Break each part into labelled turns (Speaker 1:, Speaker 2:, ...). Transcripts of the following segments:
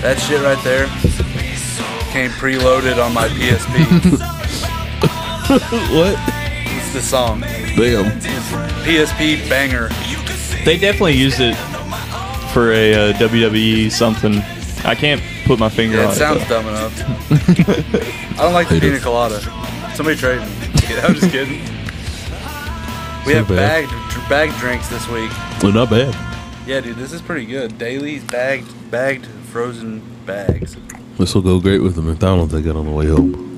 Speaker 1: That shit right there came preloaded on my PSP.
Speaker 2: What?
Speaker 1: it's the song.
Speaker 2: Damn.
Speaker 1: PSP banger.
Speaker 3: They definitely used it for a uh, WWE something. I can't put my finger
Speaker 1: Yeah,
Speaker 3: on
Speaker 1: it
Speaker 3: it.
Speaker 1: sounds dumb enough. I don't like the pina colada. Somebody trade me. I'm just kidding. We have
Speaker 2: Too bad.
Speaker 1: bagged bag drinks this week.
Speaker 2: Well, not bad.
Speaker 1: Yeah, dude, this is pretty good. Dailies bagged bagged frozen bags.
Speaker 2: This will go great with the McDonald's I got on the way home.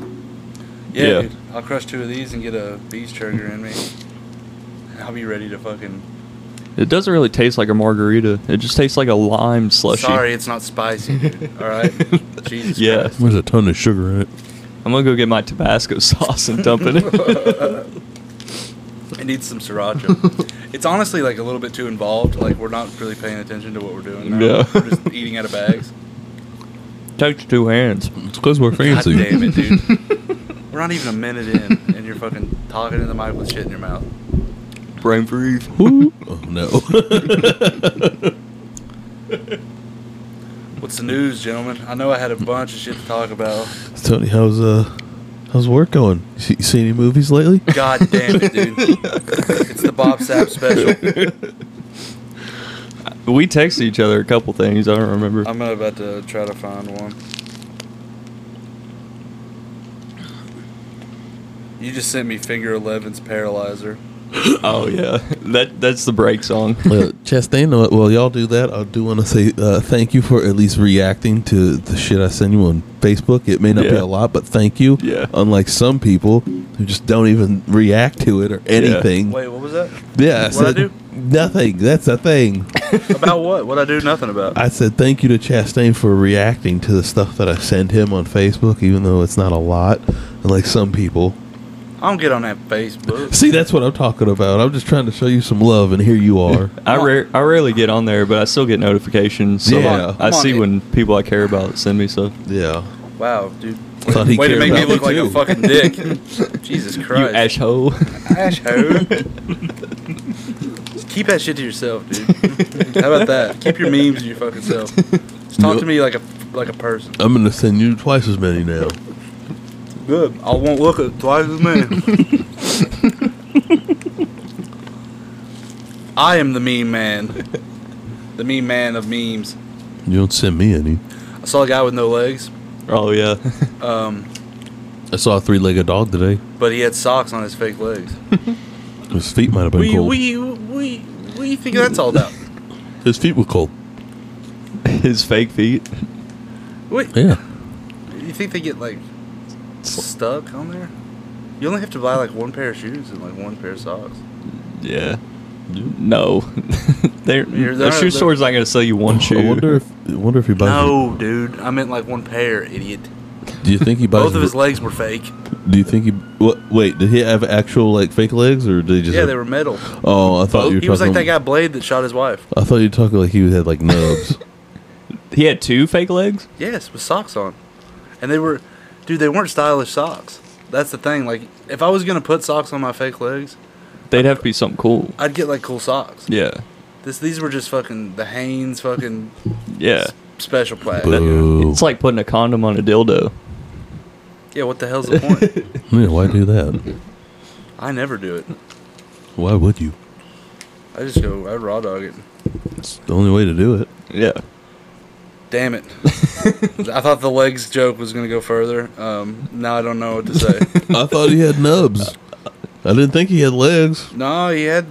Speaker 1: Yeah,
Speaker 3: Yeah.
Speaker 1: dude, I'll crush two of these and get a beef burger in me. I'll be ready to fucking.
Speaker 3: though. It doesn't really taste like a margarita. It just tastes like a lime slushy.
Speaker 1: Sorry, it's not spicy. Dude. All right. Jesus.
Speaker 3: Yeah.
Speaker 1: Christ.
Speaker 2: There's a ton of sugar in it.
Speaker 3: I'm gonna go get my Tabasco sauce and dump it. in.
Speaker 1: It needs some sriracha. it's honestly like a little bit too involved. Like we're not really paying attention to what we're doing. Now.
Speaker 3: Yeah.
Speaker 1: We're just eating out of bags.
Speaker 3: Takes two hands.
Speaker 2: It's because we're
Speaker 1: God
Speaker 2: fancy.
Speaker 1: damn it, dude. we're not even a minute in, and you're fucking talking in the mic with shit in your mouth.
Speaker 3: Brain freeze.
Speaker 2: Woo. Oh, no.
Speaker 1: What's the news, gentlemen? I know I had a bunch of shit to talk about.
Speaker 2: Tony, how's uh, how's work going? You see, you see any movies lately?
Speaker 1: God damn it, dude. it's the Bob Sapp special.
Speaker 3: We texted each other a couple things. I don't remember.
Speaker 1: I'm about to try to find one. You just sent me Finger 11's Paralyzer.
Speaker 3: oh yeah, that that's the break song.
Speaker 2: Well, Chastain, uh, while y'all do that, I do want to say uh, thank you for at least reacting to the shit I send you on Facebook. It may not be
Speaker 3: Yeah.
Speaker 2: a lot, but thank you.
Speaker 3: Yeah.
Speaker 2: Unlike some people who just don't even react to it or anything.
Speaker 1: Wait, what was that?
Speaker 2: Yeah. I
Speaker 1: What'd I
Speaker 2: said- Nothing. That's a thing.
Speaker 1: About what? What I do nothing about.
Speaker 2: I said thank you to Chastain for reacting to the stuff that I send him on Facebook, even though it's not a lot, unlike some people.
Speaker 1: I don't get on that Facebook.
Speaker 2: See, that's what I'm talking about. I'm just trying to show you some love, and here you are.
Speaker 3: I, rare I rarely get on there, but I still get notifications. So
Speaker 2: Yeah.
Speaker 3: I, I
Speaker 1: Come on,
Speaker 3: see
Speaker 1: dude.
Speaker 3: when people I care about send me stuff.
Speaker 2: yeah.
Speaker 1: Wow, dude.
Speaker 2: Thought he
Speaker 1: Way to
Speaker 2: cared
Speaker 1: make me
Speaker 2: about me
Speaker 1: look like a
Speaker 2: too.
Speaker 1: fucking dick. Jesus
Speaker 3: You
Speaker 1: Christ.
Speaker 3: asshole.
Speaker 1: Asshole. Just keep that shit to yourself, dude. How about that? Keep your memes to your fucking self. Just talk to
Speaker 2: Nope.
Speaker 1: me like a like a person.
Speaker 2: I'm gonna send you twice as many now.
Speaker 1: Good. I won't look at twice as many. I am the meme man. The meme man of memes.
Speaker 2: You don't send me any.
Speaker 1: I saw a guy with no legs,
Speaker 3: Oh yeah.
Speaker 1: um,
Speaker 2: I saw a three-legged dog today.
Speaker 1: but he had socks on his fake legs.
Speaker 2: His feet might have been
Speaker 1: We
Speaker 2: cold.
Speaker 1: we we what do you think that's all about?
Speaker 2: His feet were cold.
Speaker 3: His fake feet.
Speaker 1: Wait,
Speaker 2: Yeah.
Speaker 1: you think they get like stuck on there? You only have to buy like one pair of shoes and like one pair of socks.
Speaker 3: Yeah. No. They're,
Speaker 1: You're
Speaker 3: the
Speaker 1: there,
Speaker 3: shoe
Speaker 1: they're-
Speaker 3: store's not going to sell you one shoe.
Speaker 2: I wonder if I wonder if he buys.
Speaker 1: No, dude, I meant like one pair, idiot.
Speaker 2: Do you think he buys?
Speaker 1: Both of his legs were fake.
Speaker 2: do you think he? What, wait, did he have actual like fake legs, or did he just?
Speaker 1: Yeah,
Speaker 2: have-
Speaker 1: they were metal.
Speaker 2: Oh, I thought you were
Speaker 1: He was like
Speaker 2: talking-
Speaker 1: that guy Blade that shot his wife.
Speaker 2: I thought you were talking like he had like nubs.
Speaker 3: He had two fake legs?
Speaker 1: Yes, with socks on, and they were, dude, they weren't stylish socks. That's the thing. Like, if I was gonna put socks on my fake legs,
Speaker 3: They'd have to be something cool.
Speaker 1: I'd get like cool socks.
Speaker 3: Yeah.
Speaker 1: This, these were just fucking the Hanes fucking
Speaker 3: Yeah.
Speaker 1: special plaid.
Speaker 2: Boo.
Speaker 3: It's like putting a condom on a dildo.
Speaker 1: Yeah, what the hell's the point?
Speaker 2: yeah, why do that?
Speaker 1: I never do it.
Speaker 2: Why would you?
Speaker 1: I just go, I raw dog it.
Speaker 2: It's the only way to do it.
Speaker 3: Yeah.
Speaker 1: Damn it! I thought the legs joke was gonna go further. Um, now I don't know what to say.
Speaker 2: I thought he had nubs. I didn't think he had legs.
Speaker 1: no, he had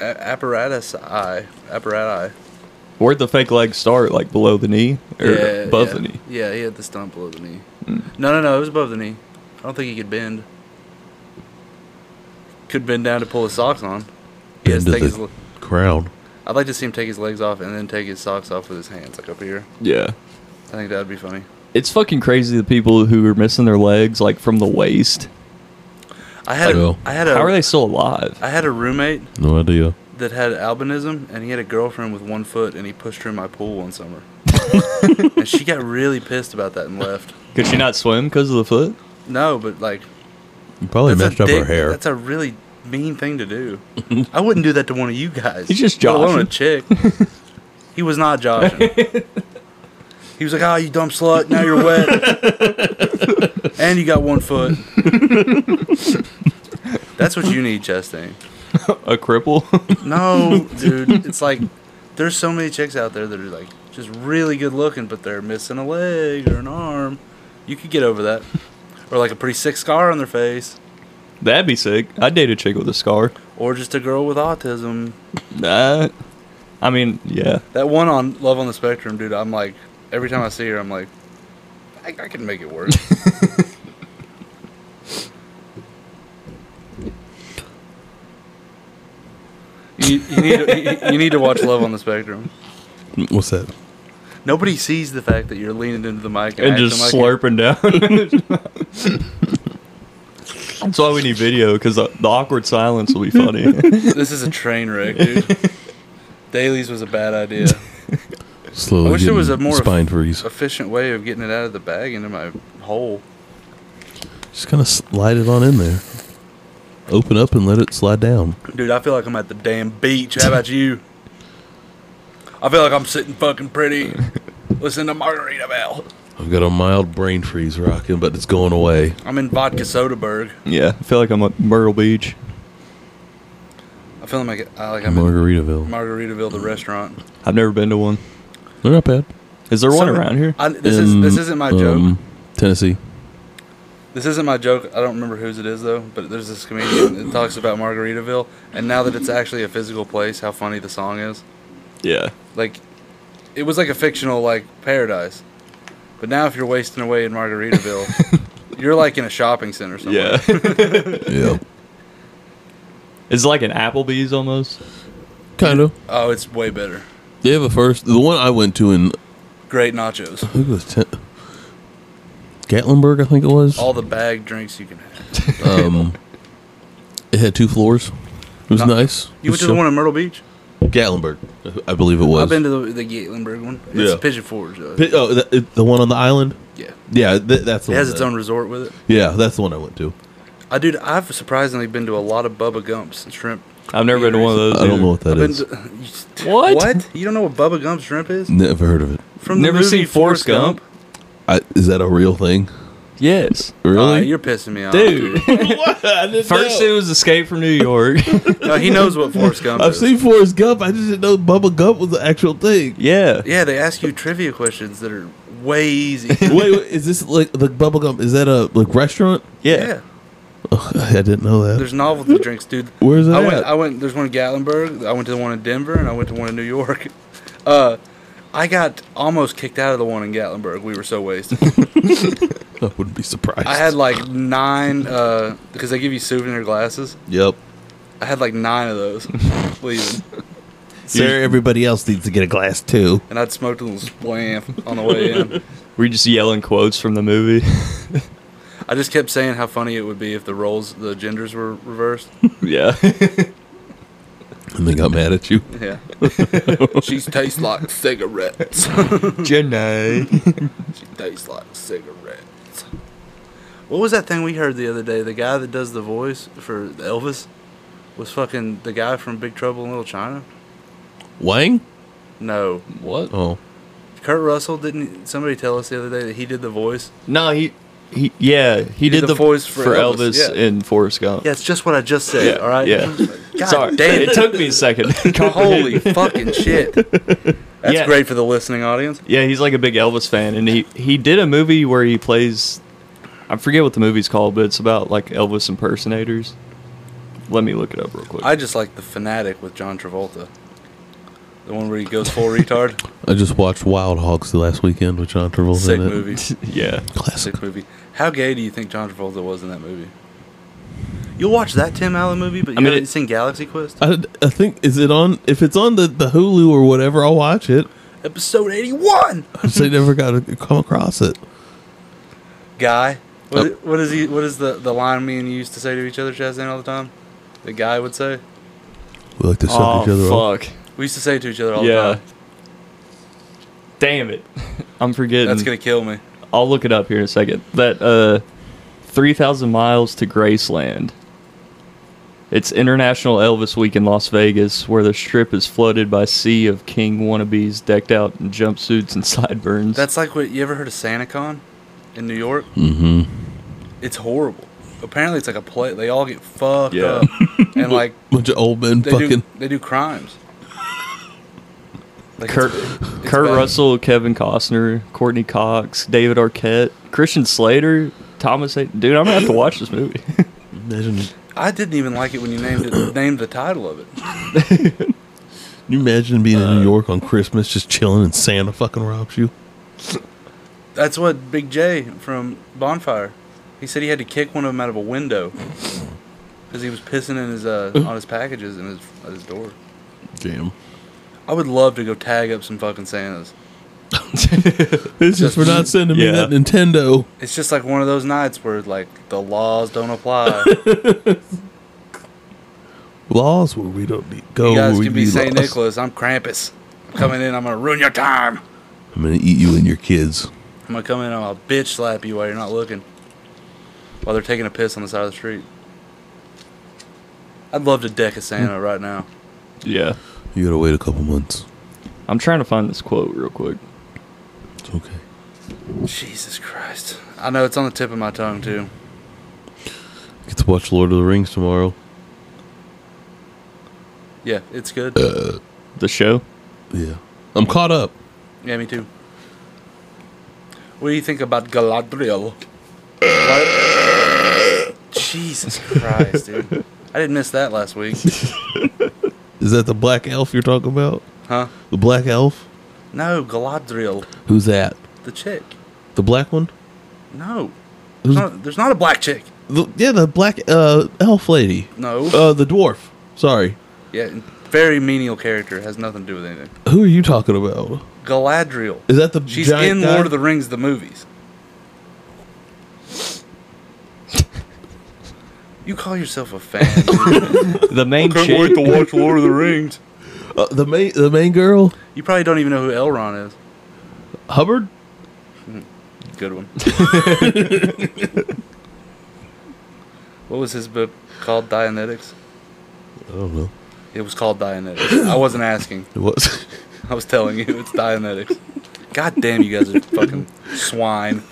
Speaker 1: a- apparatus eye, apparatus.
Speaker 3: Where'd the fake legs start? Like below the knee or Er, above
Speaker 1: yeah.
Speaker 3: the knee?
Speaker 1: Yeah, he had the stump below the knee. No, no, no, it was above the knee. I don't think he could bend. Could bend down to pull his socks on. He has
Speaker 2: Bend
Speaker 1: to
Speaker 2: to
Speaker 1: take
Speaker 2: the-
Speaker 1: his. le-
Speaker 2: Crown.
Speaker 1: I'd like to see him take his legs off and then take his socks off with his hands, like up here.
Speaker 3: Yeah.
Speaker 1: I think that'd be funny.
Speaker 3: It's fucking crazy the people who are missing their legs like from the waist.
Speaker 1: I had, a,
Speaker 2: Well.
Speaker 1: I had a,
Speaker 3: How are they still alive?
Speaker 1: I had a roommate
Speaker 2: No idea.
Speaker 1: that had albinism, and he had a girlfriend with one foot, and he pushed her in my pool one summer. and she got really pissed about that and left.
Speaker 3: Could she not swim because of the foot?
Speaker 1: No, but like
Speaker 2: You probably
Speaker 1: That's a
Speaker 2: messed up her
Speaker 1: dick-
Speaker 2: hair.
Speaker 1: That's a really mean thing to do. I wouldn't do that to one of you guys.
Speaker 3: He's just
Speaker 1: let alone a
Speaker 3: joshing.
Speaker 1: chick. he was not joshing. He was like, "Ah, you dumb slut! Now you're wet, and you got one foot." That's what you need, Chastain.
Speaker 3: A cripple?
Speaker 1: No, dude, it's like there's so many chicks out there that are like just really good looking, but they're missing a leg or an arm. You could get over that, or like a pretty sick scar on their face,
Speaker 3: That'd be sick. I'd date a chick with a scar.
Speaker 1: or just a girl with autism.
Speaker 3: Uh, I mean, yeah.
Speaker 1: That one on Love on the Spectrum, dude. I'm like, every time I see her, I'm like, I, I can make it work. you, you need to, you, you need to watch Love on the Spectrum.
Speaker 2: What's that?
Speaker 1: Nobody sees the fact that you're leaning into the mic and,
Speaker 3: And
Speaker 1: acting
Speaker 3: just
Speaker 1: like it.
Speaker 3: slurping down. That's why we need video, because the, the awkward silence will be funny.
Speaker 1: This is a train wreck, dude. Dailies was a bad idea.
Speaker 2: Slowly.
Speaker 1: I wish there was
Speaker 2: getting
Speaker 1: a more-
Speaker 2: spine freeze.
Speaker 1: Efficient way of getting it out of the bag into my hole.
Speaker 2: Just kind of slide it on in there. Open up and let it slide down.
Speaker 1: Dude, I feel like I'm at the damn beach. How about you? I feel like I'm sitting fucking pretty. Listen to Margarita Bell.
Speaker 2: I've got a mild brain freeze rocking, but it's going away.
Speaker 1: I'm in Vodka Soderberg.
Speaker 3: yeah, I feel like I'm at Myrtle Beach.
Speaker 1: I feel like, I, like I'm
Speaker 2: Margaritaville.
Speaker 1: in Margaritaville, the restaurant.
Speaker 3: I've never been to one.
Speaker 2: They're not bad.
Speaker 3: Is there one
Speaker 1: Some-
Speaker 3: around here?
Speaker 1: I, this, is, this
Speaker 2: In,
Speaker 1: isn't my joke.
Speaker 2: um, Tennessee.
Speaker 1: This isn't my joke. I don't remember whose it is, though, but there's this comedian that talks about Margaritaville. And now that it's actually a physical place, how funny the song is.
Speaker 3: Yeah.
Speaker 1: Like, it was like a fictional, like, paradise. But now if you're wasting away in Margaritaville, you're like in a shopping center somewhere.
Speaker 3: Yeah.
Speaker 2: Yeah.
Speaker 3: it's like an Applebee's almost.
Speaker 2: Kind of.
Speaker 1: Oh, it's way better.
Speaker 2: They have a first. The one I went to in
Speaker 1: Great nachos.
Speaker 2: I think it was ten, Gatlinburg, I think it was.
Speaker 1: All the bag drinks you can have.
Speaker 2: um, it had two floors. It was
Speaker 1: Not-
Speaker 2: nice.
Speaker 1: You went to the one in Myrtle Beach?
Speaker 2: in Gatlinburg, I believe it was.
Speaker 1: I've been to the, the Gatlinburg one. It's
Speaker 2: Yeah.
Speaker 1: Pigeon Forge, though.
Speaker 2: Pi- oh, the, it- the one on the island.
Speaker 1: yeah.
Speaker 2: Yeah, th- that's the
Speaker 1: It
Speaker 2: one
Speaker 1: has its
Speaker 2: that-
Speaker 1: own resort with it.
Speaker 2: Yeah, that's the one I went to.
Speaker 1: I dude, I've surprisingly been to a lot of Bubba Gump's shrimp.
Speaker 3: I've never been to one of those.
Speaker 2: I don't
Speaker 3: either.
Speaker 2: know what that
Speaker 1: I've been
Speaker 2: is.
Speaker 1: to- you s-
Speaker 3: What?
Speaker 1: What? You don't know what Bubba Gump shrimp is?
Speaker 2: Never heard of it.
Speaker 1: From
Speaker 3: Never seen Forrest Gump?
Speaker 2: I, is that a real thing?
Speaker 3: Yes.
Speaker 1: Really?
Speaker 2: Really?
Speaker 1: you're pissing me off,
Speaker 3: Dude.
Speaker 2: what? I didn't
Speaker 3: First,
Speaker 2: know.
Speaker 3: it was Escape from New York.
Speaker 1: No, he knows what Forrest Gump
Speaker 2: I've
Speaker 1: is.
Speaker 2: seen Forrest Gump. I just didn't know Bubba Gump was the actual thing.
Speaker 3: yeah.
Speaker 1: yeah, they ask you trivia questions that are way easy.
Speaker 2: wait, wait, is this like the Bubba Gump? Is that a like restaurant?
Speaker 1: yeah,
Speaker 2: Ugh, I didn't know that.
Speaker 1: there's novelty drinks, dude.
Speaker 2: Where's that?
Speaker 1: I went. I went. There's one in Gatlinburg. I went to the one in Denver, and I went to one in New York. Uh, I got almost kicked out of the one in Gatlinburg. We were so wasted.
Speaker 2: I wouldn't be surprised.
Speaker 1: I had like nine uh, because they give you souvenir glasses.
Speaker 2: Yep.
Speaker 1: I had like nine of those leaving,
Speaker 2: Sir, everybody else needs to get a glass too.
Speaker 1: and I'd smoked a little splamp on the way in.
Speaker 3: We're just yelling quotes from the movie.
Speaker 1: I just kept saying how funny it would be if the roles, the genders were reversed.
Speaker 3: yeah.
Speaker 2: And they got mad at you.
Speaker 1: Yeah, she's tastes like cigarettes.
Speaker 3: Jenny.
Speaker 1: tastes like cigarettes. What was that thing we heard the other day? The guy that does the voice for Elvis was fucking the guy from Big Trouble in Little China.
Speaker 2: Wang?
Speaker 1: No,
Speaker 3: What?
Speaker 2: Oh.
Speaker 1: Kurt Russell didn't. Somebody tell us the other day that he did the voice.
Speaker 3: No, he. He, yeah, he, did, the, voice for, Elvis,
Speaker 1: yeah.
Speaker 3: in Forrest Gump.
Speaker 1: Yeah, it's just what I just said.
Speaker 3: Yeah,
Speaker 1: all right.
Speaker 3: yeah.
Speaker 1: God
Speaker 3: Sorry,
Speaker 1: damn
Speaker 3: it
Speaker 1: it.
Speaker 3: took me a second. to comprehend.
Speaker 1: Holy fucking shit. That's
Speaker 3: Yeah.
Speaker 1: great for the listening audience.
Speaker 3: Yeah, he's like a big Elvis fan, and he he did a movie where he plays. I forget what the movie's called, but it's about like Elvis impersonators. Let me look it up real quick.
Speaker 1: I just like the fanatic with John Travolta. The one where he goes full retard.
Speaker 2: I just watched Wild Hogs the last weekend with John Travolta.
Speaker 1: Sick
Speaker 2: in it.
Speaker 1: movie.
Speaker 3: yeah,
Speaker 2: Classic.
Speaker 1: Sick movie. How gay do you think John Travolta was in that movie? You'll watch that Tim Allen movie, but you
Speaker 3: I mean,
Speaker 1: haven't
Speaker 3: it-
Speaker 1: seen Galaxy Quest?
Speaker 2: I, I think is it on? If it's on the, the Hulu or whatever, I'll watch it.
Speaker 1: Episode 81!
Speaker 2: I just ain't never got to come across it.
Speaker 1: Guy. What,
Speaker 2: Oh.
Speaker 1: what is he? What is the, the line me and you used to say to each other, Chastain, all the time? The guy would say?
Speaker 2: We like to suck
Speaker 3: oh
Speaker 2: each other off.
Speaker 3: fuck,
Speaker 1: We used to say it to each other all the
Speaker 3: yeah.
Speaker 1: time.
Speaker 3: Damn it, I'm forgetting.
Speaker 1: That's going to kill me.
Speaker 3: I'll look it up here in a second. That uh, three thousand miles to Graceland. It's International Elvis Week in Las Vegas, where the strip is flooded by sea of king wannabes decked out in jumpsuits and sideburns.
Speaker 1: That's like what you ever heard of SantaCon in New York?
Speaker 2: Mm-hmm.
Speaker 1: It's horrible. Apparently, it's like a play. They all get fucked
Speaker 3: Yeah.
Speaker 1: up, and like
Speaker 2: Bunch of old men
Speaker 1: they
Speaker 2: fucking.
Speaker 1: do, they do crimes. Like
Speaker 3: Kurt,
Speaker 1: it's- it's
Speaker 3: Kurt
Speaker 1: bad.
Speaker 3: Russell, Kevin Costner, Courtney Cox, David Arquette, Christian Slater, Thomas. A- Dude, I'm gonna have to watch this movie.
Speaker 2: Imagine,
Speaker 1: I didn't even like it when you named it, named the title of it.
Speaker 2: you imagine being
Speaker 1: Uh,
Speaker 2: in New York on Christmas, just chilling, and Santa fucking robs you.
Speaker 1: That's what Big J from Bonfire. He said he had to kick one of them out of a window because he was pissing in his uh, on his packages and his at his door.
Speaker 2: Damn.
Speaker 1: I would love to go tag up some fucking Santas.
Speaker 2: This is for not sending me
Speaker 3: Yeah.
Speaker 2: that Nintendo.
Speaker 1: It's just like one of those nights where like the laws don't apply.
Speaker 2: Laws where we don't need go.
Speaker 1: you guys
Speaker 2: where
Speaker 1: can
Speaker 2: we
Speaker 1: be
Speaker 2: need
Speaker 1: Saint
Speaker 2: laws.
Speaker 1: Nicholas. I'm Krampus. I'm coming in. I'm gonna ruin your time.
Speaker 2: I'm gonna eat you and your kids.
Speaker 1: I'm gonna come in. and I'll bitch slap you while you're not looking. While they're taking a piss on the side of the street. I'd love to deck a Santa right now.
Speaker 3: yeah,
Speaker 2: You gotta wait a couple months.
Speaker 3: I'm trying to find this quote real quick.
Speaker 2: It's okay.
Speaker 1: Jesus Christ. I know it's on the tip of my tongue too.
Speaker 2: Get to watch Lord of the Rings tomorrow.
Speaker 1: Yeah, it's good.
Speaker 3: The show.
Speaker 2: Yeah. I'm caught up.
Speaker 1: Yeah, me too. What do you think about Galadriel? What? Jesus Christ, dude. I didn't miss that last week.
Speaker 2: Is that the black elf you're talking about?
Speaker 1: Huh?
Speaker 2: The black elf?
Speaker 1: No, Galadriel.
Speaker 2: Who's that?
Speaker 1: The chick.
Speaker 2: The black one?
Speaker 1: No. There's
Speaker 2: Who's,
Speaker 1: not, there's not a black chick.
Speaker 2: the, yeah, the black uh, elf lady.
Speaker 1: No.
Speaker 2: Uh, the dwarf. Sorry.
Speaker 1: yeah, very menial character. Has nothing to do with anything.
Speaker 2: Who are you talking about?
Speaker 1: Galadriel.
Speaker 2: Is that the
Speaker 1: She's
Speaker 2: giant
Speaker 1: in
Speaker 2: guy?
Speaker 1: Lord of the Rings, the movies. you call yourself a fan?
Speaker 3: The main
Speaker 1: Can't
Speaker 3: chick.
Speaker 1: wait to watch Lord of the Rings.
Speaker 2: Uh, the main the main girl
Speaker 1: You probably don't even know who Elrond is.
Speaker 2: Hubbard.
Speaker 1: Good one. what was his book called? Dianetics.
Speaker 2: I don't know.
Speaker 1: It was called Dianetics. I wasn't asking.
Speaker 2: It was.
Speaker 1: I was telling you it's Dianetics. God damn, you guys are fucking swine.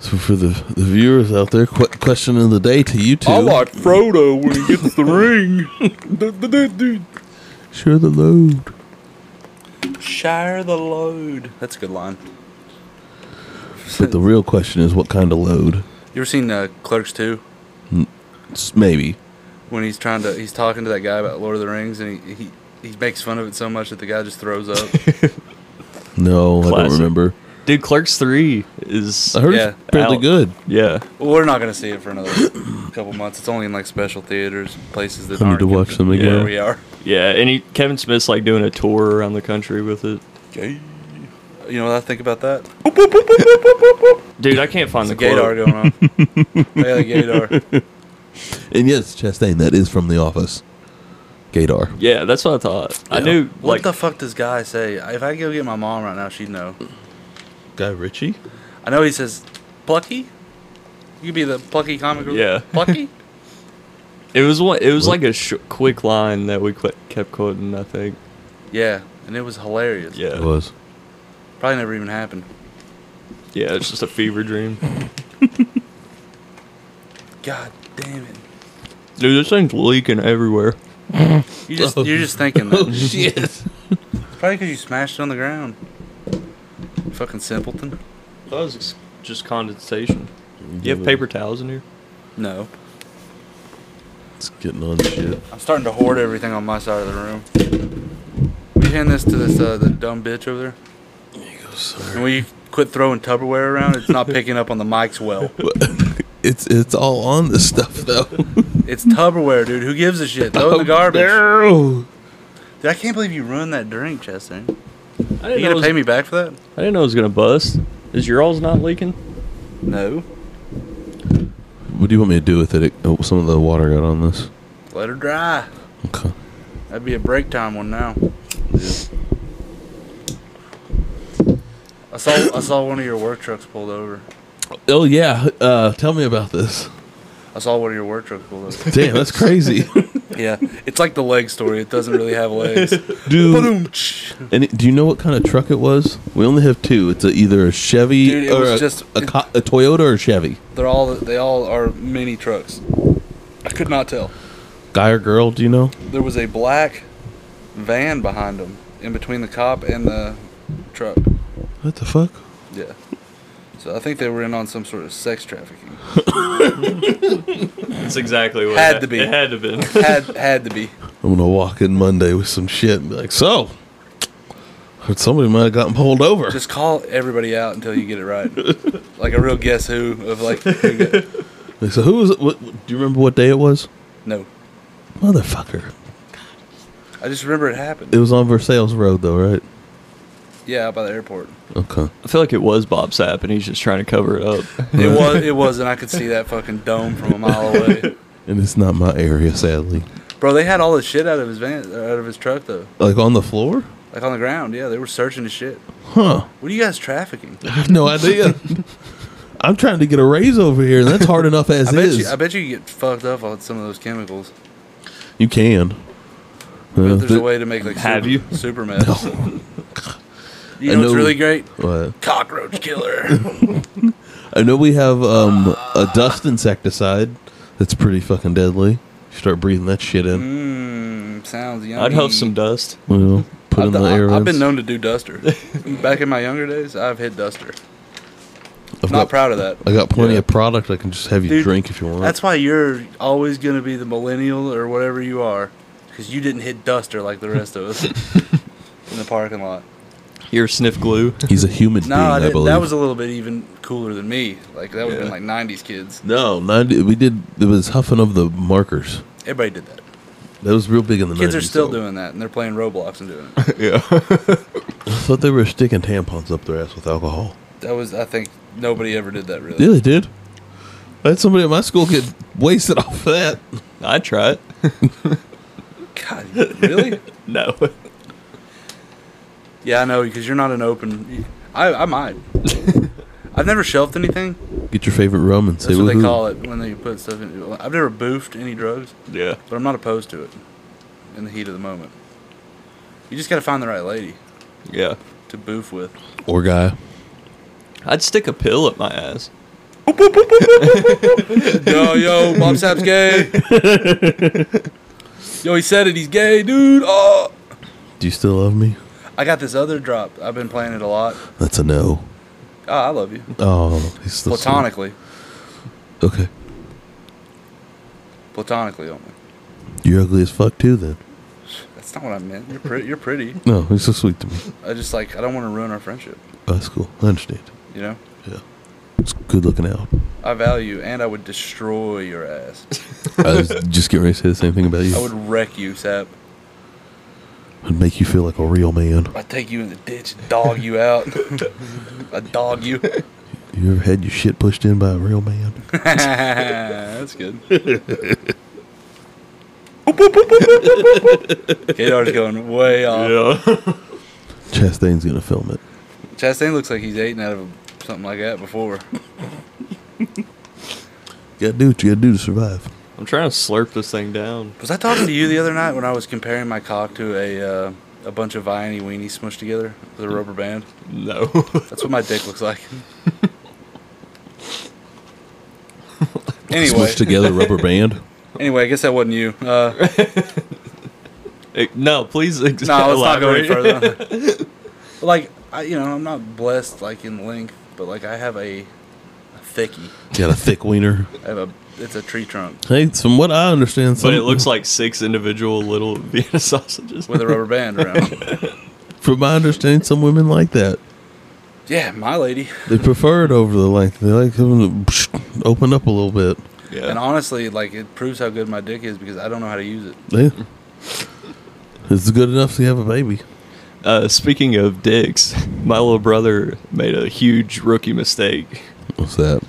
Speaker 2: so for the the viewers out there, qu- question of the day to you two.
Speaker 1: Frodo when he gets the ring.
Speaker 2: Share the load.
Speaker 1: Share the load. That's a good line.
Speaker 2: But the real question is, what kind of load?
Speaker 1: You ever seen uh, Clerks 2?
Speaker 2: S- Maybe.
Speaker 1: When he's trying to, he's talking to that guy about Lord of the Rings, and he he, he makes fun of it so much that the guy just throws up.
Speaker 2: No, I don't
Speaker 3: Classic.
Speaker 2: remember.
Speaker 3: Dude, Clerks Three is.
Speaker 2: I heard
Speaker 1: Yeah.
Speaker 2: it's fairly
Speaker 3: Out.
Speaker 2: good.
Speaker 3: Yeah,
Speaker 1: Well, we're not gonna see it for another couple months. It's only in like special theaters, places that
Speaker 2: I need
Speaker 1: aren't
Speaker 2: to watch them
Speaker 1: where
Speaker 2: again.
Speaker 1: we are.
Speaker 3: yeah, and he, Kevin Smith's like doing a tour around the country with it.
Speaker 1: You know what I think about that?
Speaker 3: Dude, I can't find
Speaker 1: It's a
Speaker 3: the quote.
Speaker 1: gaydar going on. yeah, the gaydar.
Speaker 2: And yes, Chastain, that is from The Office. Gadar.
Speaker 3: Yeah, that's what I thought. I
Speaker 2: Yeah.
Speaker 3: knew
Speaker 1: What
Speaker 3: like
Speaker 1: the fuck does guy say? If I go get my mom right now, she'd know.
Speaker 2: Guy Ritchie?
Speaker 1: I know he says, "Plucky." You could be the plucky comic. relief.
Speaker 3: Yeah.
Speaker 1: Plucky.
Speaker 3: it was one. It was
Speaker 2: What?
Speaker 3: like a sh- quick line that we qu- kept quoting. I think.
Speaker 1: yeah, and it was hilarious.
Speaker 2: It
Speaker 3: Yeah,
Speaker 2: was.
Speaker 1: Probably never even happened.
Speaker 3: yeah, it's just a fever dream.
Speaker 1: God damn it!
Speaker 3: Dude, this thing's leaking everywhere.
Speaker 1: You
Speaker 3: Oh.
Speaker 1: just you're just thinking that.
Speaker 2: shit.
Speaker 1: Probably because you smashed it on the ground. Fucking simpleton.
Speaker 3: That was just condensation. You have paper towels in here?
Speaker 1: No.
Speaker 2: It's getting on shit.
Speaker 1: I'm starting to hoard everything on my side of the room. Will you hand this to this uh, the dumb bitch over there?
Speaker 2: There you go,
Speaker 1: And
Speaker 2: sorry.
Speaker 1: will you quit throwing Tupperware around? It's not picking up on the mics well.
Speaker 2: It's it's all on this stuff though.
Speaker 1: It's Tupperware, dude. Who gives a shit? Throw it in the garbage.
Speaker 2: No.
Speaker 1: Dude, I can't believe you ruined that drink, Chastain.
Speaker 3: I
Speaker 1: Are
Speaker 3: didn't,
Speaker 1: you
Speaker 3: know it
Speaker 1: gonna
Speaker 3: was,
Speaker 1: pay me back for that?
Speaker 3: I didn't know it was gonna bust. Is your alls not leaking?
Speaker 1: No.
Speaker 2: What do you want me to do with it? it oh, some of the water got on this.
Speaker 1: Let her dry.
Speaker 2: Okay.
Speaker 1: That'd be a break time one now. I saw I saw one of your work trucks pulled over.
Speaker 2: Oh yeah. Uh, tell me about this.
Speaker 1: I saw one of your work truck pull over.
Speaker 2: Damn, that's crazy.
Speaker 1: yeah, it's like the leg story. It doesn't really have legs.
Speaker 2: Dude,
Speaker 1: Ba-doom-tsh.
Speaker 2: and it- do you know what kind of truck it was? We only have two. It's a, either a Chevy
Speaker 1: Dude, it
Speaker 2: or
Speaker 1: was
Speaker 2: a,
Speaker 1: just-
Speaker 2: a, co- a Toyota or a Chevy.
Speaker 1: They're all they all are mini trucks. I could not tell.
Speaker 2: Guy or girl? Do you know?
Speaker 1: There was a black van behind them, in between the cop and the truck.
Speaker 2: What the fuck?
Speaker 1: Yeah. So I think they were in on some sort of sex trafficking.
Speaker 3: That's exactly what
Speaker 1: Had
Speaker 3: it,
Speaker 1: to be.
Speaker 3: It had to be.
Speaker 1: Had had to be.
Speaker 2: I'm gonna walk in Monday with some shit and be like, so. heard Somebody might have gotten pulled over.
Speaker 1: Just call everybody out until you get it right. Like a real guess who of like who got-
Speaker 2: They said, "Who was it? What, do you remember what day it was?"
Speaker 1: no.
Speaker 2: Motherfucker!
Speaker 1: I just remember it
Speaker 2: It
Speaker 1: happened.
Speaker 2: was on Versailles Road, though, right?
Speaker 1: Yeah, out by the airport.
Speaker 2: Okay.
Speaker 3: I feel like it was Bob Sapp, and he's just trying to cover it up.
Speaker 1: It was it was and I could see that fucking dome from a mile away.
Speaker 2: And it's not my area, sadly.
Speaker 1: Bro, they had all the shit out of his van out of his truck though.
Speaker 2: Like on the floor?
Speaker 1: Like on the ground, yeah, they were searching the shit.
Speaker 2: Huh?
Speaker 1: What are you guys trafficking?
Speaker 2: I have no idea. I'm trying to get a raise over here, and that's hard enough as
Speaker 1: I bet
Speaker 2: is.
Speaker 1: you I bet you get fucked up on some of those chemicals.
Speaker 2: you can.
Speaker 1: But
Speaker 2: Uh,
Speaker 1: there's
Speaker 2: but-
Speaker 1: a way to make like
Speaker 3: Have
Speaker 1: super,
Speaker 3: you?
Speaker 1: super meth. You
Speaker 2: I
Speaker 1: know what's
Speaker 2: know-
Speaker 1: really great?
Speaker 2: What?
Speaker 1: Cockroach killer.
Speaker 2: I know we have um, a dust insecticide that's pretty fucking deadly. You start breathing that shit in.
Speaker 1: Mmm, sounds yummy.
Speaker 3: I'd huff some dust.
Speaker 2: You know, put
Speaker 1: I've,
Speaker 2: in
Speaker 1: done-
Speaker 2: the air
Speaker 1: I- I've been
Speaker 2: vents.
Speaker 1: known to do duster. Back in my younger days, I've hit duster.
Speaker 2: I've
Speaker 1: Not
Speaker 2: got,
Speaker 1: proud of that.
Speaker 2: I got plenty
Speaker 1: Yeah.
Speaker 2: of product. I can just have you
Speaker 1: Dude,
Speaker 2: drink if you want.
Speaker 1: That's why you're always going to be the millennial or whatever you are, because you didn't hit duster like the rest of us in the parking lot.
Speaker 3: Ear sniff glue.
Speaker 2: He's a human
Speaker 1: No,
Speaker 2: being,
Speaker 1: I
Speaker 2: I,
Speaker 1: didn't,
Speaker 2: believe.
Speaker 1: that was a little bit even cooler than me. Like that would have
Speaker 3: Yeah.
Speaker 1: been like '90s kids.
Speaker 2: no, 90, we did. It was huffing of the markers.
Speaker 1: Everybody did that.
Speaker 2: That was real big in the
Speaker 1: Kids are
Speaker 2: 90s,
Speaker 1: still
Speaker 2: though.
Speaker 1: doing that, and they're playing Roblox and doing it.
Speaker 3: yeah.
Speaker 2: I thought they were sticking tampons up their ass with alcohol.
Speaker 1: That was, I think, nobody ever did that really.
Speaker 2: Yeah, they did. I had somebody at my school get wasted off of that.
Speaker 3: I'd try it.
Speaker 1: God, really?
Speaker 3: No.
Speaker 1: Yeah, I know because you're not an open. I I might. I've never shelved anything.
Speaker 2: Get your favorite rum and say
Speaker 1: That's what they
Speaker 2: woohoo.
Speaker 1: call it when they put stuff in. I've never boofed any drugs,
Speaker 3: Yeah.
Speaker 1: but I'm not opposed to it in the heat of the moment. You just got to find the right lady
Speaker 3: Yeah.
Speaker 1: to boof with.
Speaker 2: Or guy.
Speaker 3: I'd stick a pill up my ass.
Speaker 1: yo, yo, Bob Sapp's gay. yo, he said it. He's gay, dude. Oh.
Speaker 2: Do you still love me?
Speaker 1: I got this other drop. I've been playing it a lot.
Speaker 2: That's a no.
Speaker 1: Oh, I love you.
Speaker 2: Oh, he's still
Speaker 1: Platonically.
Speaker 2: Okay.
Speaker 1: Platonically only.
Speaker 2: You're ugly as fuck too. Then.
Speaker 1: That's not what I meant. You're pretty. You're pretty.
Speaker 2: No, he's so sweet to me.
Speaker 1: I just like I don't want to ruin our friendship.
Speaker 2: Oh, that's cool. I understand.
Speaker 1: You know,
Speaker 2: Yeah. It's good looking out.
Speaker 1: I value and I would destroy your ass.
Speaker 2: I was just getting ready to say the same thing about you.
Speaker 1: I would wreck you, Sap.
Speaker 2: It'd make you feel like a real man.
Speaker 1: I'd take you in the ditch, and dog you out. I'd dog you.
Speaker 2: You ever had your shit pushed in by a real man?
Speaker 1: That's good. Kadar's going way off.
Speaker 3: Yeah.
Speaker 2: Chastain's gonna film it.
Speaker 1: Chastain looks like he's eaten out of something like that before.
Speaker 2: You gotta do what you gotta do to survive.
Speaker 3: I'm trying to slurp this thing down.
Speaker 1: Was I talking to you the other night when I was comparing my cock to a uh, a bunch of viney weenies smushed together with a rubber band?
Speaker 3: No.
Speaker 1: That's what my dick looks like. anyway,
Speaker 2: Smushed together rubber band.
Speaker 1: anyway, I guess that wasn't you. Uh,
Speaker 3: Eh, no, please. Ex-
Speaker 1: no, let's not go
Speaker 3: elaborate.
Speaker 1: any further. on that. But, like I, you know, I'm not blessed like in length, but like I have a, a thickie.
Speaker 2: Got a thick wiener.
Speaker 1: I have a. It's a tree trunk
Speaker 2: Hey, from what I understand, some,
Speaker 3: But it looks like six individual little Vienna sausages.
Speaker 1: with a rubber band around. it.
Speaker 2: from my understanding, some women like that.
Speaker 1: Yeah, my lady.
Speaker 2: They prefer it over the length. They like them to psh, open up a little bit.
Speaker 3: Yeah.
Speaker 1: And honestly, like it proves how good my dick is because I don't know how to use it.
Speaker 2: Yeah. It's good enough to have a baby.
Speaker 3: Uh, speaking of dicks, my little brother made a huge rookie mistake.
Speaker 2: What's that?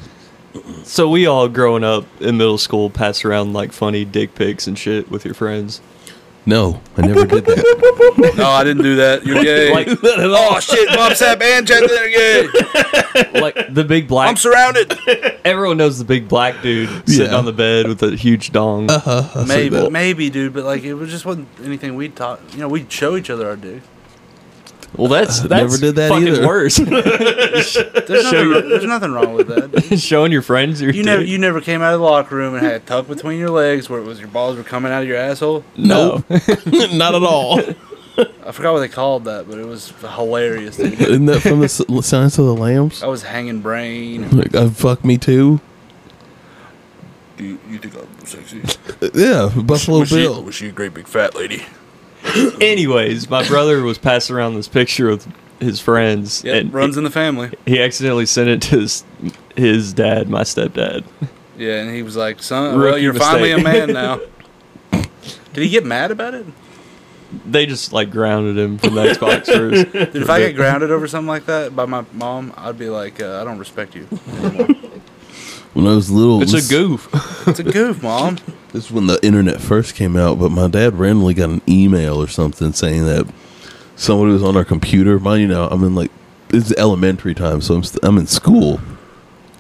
Speaker 3: So we all growing up in middle school pass around like funny dick pics and shit with your friends.
Speaker 2: No, I never did that.
Speaker 1: No, I didn't do that. You're gay.
Speaker 3: Like-
Speaker 1: oh shit, Bob Sapp and Chad Dillon are gay.
Speaker 3: like the big black.
Speaker 1: I'm surrounded.
Speaker 3: Everyone knows the big black dude sitting
Speaker 2: Yeah.
Speaker 3: on the bed with a huge dong.
Speaker 1: Uh,
Speaker 2: I said
Speaker 1: maybe,
Speaker 2: that.
Speaker 1: maybe, dude, but like it was just wasn't anything we'd talk. You know, we'd show each other our dick.
Speaker 3: well, that's that's
Speaker 2: never did that
Speaker 3: fucking
Speaker 2: either.
Speaker 3: worse.
Speaker 1: There's
Speaker 3: Show
Speaker 1: nothing, wr- there's nothing wrong with that. dude.
Speaker 3: Showing your friends your
Speaker 1: You never,
Speaker 3: dick.
Speaker 1: you never came out of the locker room and had a tuck between your legs where it was your balls were coming out of your asshole.
Speaker 2: No, not at all.
Speaker 1: I forgot what they called that, but it was hilarious. Dude.
Speaker 2: Isn't that from the S- Oh. Silence of the Lambs?
Speaker 1: I was hanging brain.
Speaker 2: Like, uh, fuck me too.
Speaker 1: Do you, you think I'm sexy?
Speaker 2: Uh, Yeah, Buffalo Bill.
Speaker 1: she a great big fat lady?
Speaker 3: Anyways, my brother was passing around this picture of his friends,
Speaker 1: Yeah,
Speaker 3: and
Speaker 1: runs in the family.
Speaker 3: he, he accidentally sent it to his, his dad, my stepdad.
Speaker 1: Yeah, and he was like, "Son, well,
Speaker 3: Rookie
Speaker 1: you're finally a
Speaker 3: mistake.
Speaker 1: man now." Did he get mad about it?
Speaker 3: They just like grounded him from the Xbox first.
Speaker 1: Dude, if I get grounded over something like that by my mom, I'd be like, uh, "I don't respect you." anymore.
Speaker 2: When I was little,
Speaker 3: It's
Speaker 2: this-
Speaker 3: a goof.
Speaker 1: it's a goof, mom.
Speaker 2: This is when the internet first came out, but my dad randomly got an email or something saying that somebody was on our computer. Mind you, now I'm in like it's elementary time, so I'm st- I'm in school.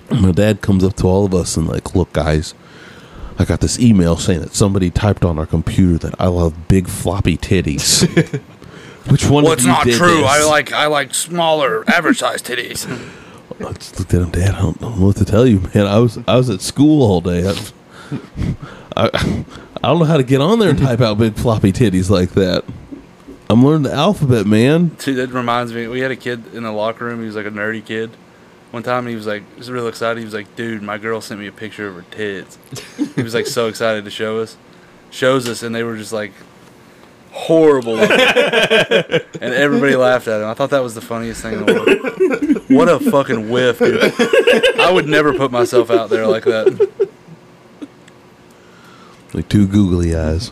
Speaker 2: My dad comes up to all of us and like, look, guys, I got this email saying that somebody typed on our computer that I love big floppy titties. Which one?
Speaker 1: Well,
Speaker 2: of
Speaker 1: it's
Speaker 2: you
Speaker 1: not
Speaker 2: did
Speaker 1: true. I
Speaker 2: this?
Speaker 1: like I like smaller, average sized titties.
Speaker 2: I just looked at him, Dad. I don't, know what to tell you, man. I was I was at school all day. I, I, I don't know how to get on there and type out big floppy titties like that. I'm learning the alphabet, man.
Speaker 1: Dude, that reminds me. We had a kid in the locker room. He was like a nerdy kid. One time, he was like, he was real excited. He was like, "Dude, my girl sent me a picture of her tits." he was like so excited to show us, shows us, and they were just like horrible, and everybody laughed at him. I thought that was the funniest thing in the world. What a fucking whiff, dude! I would never put myself out there like that.
Speaker 2: Like two googly eyes.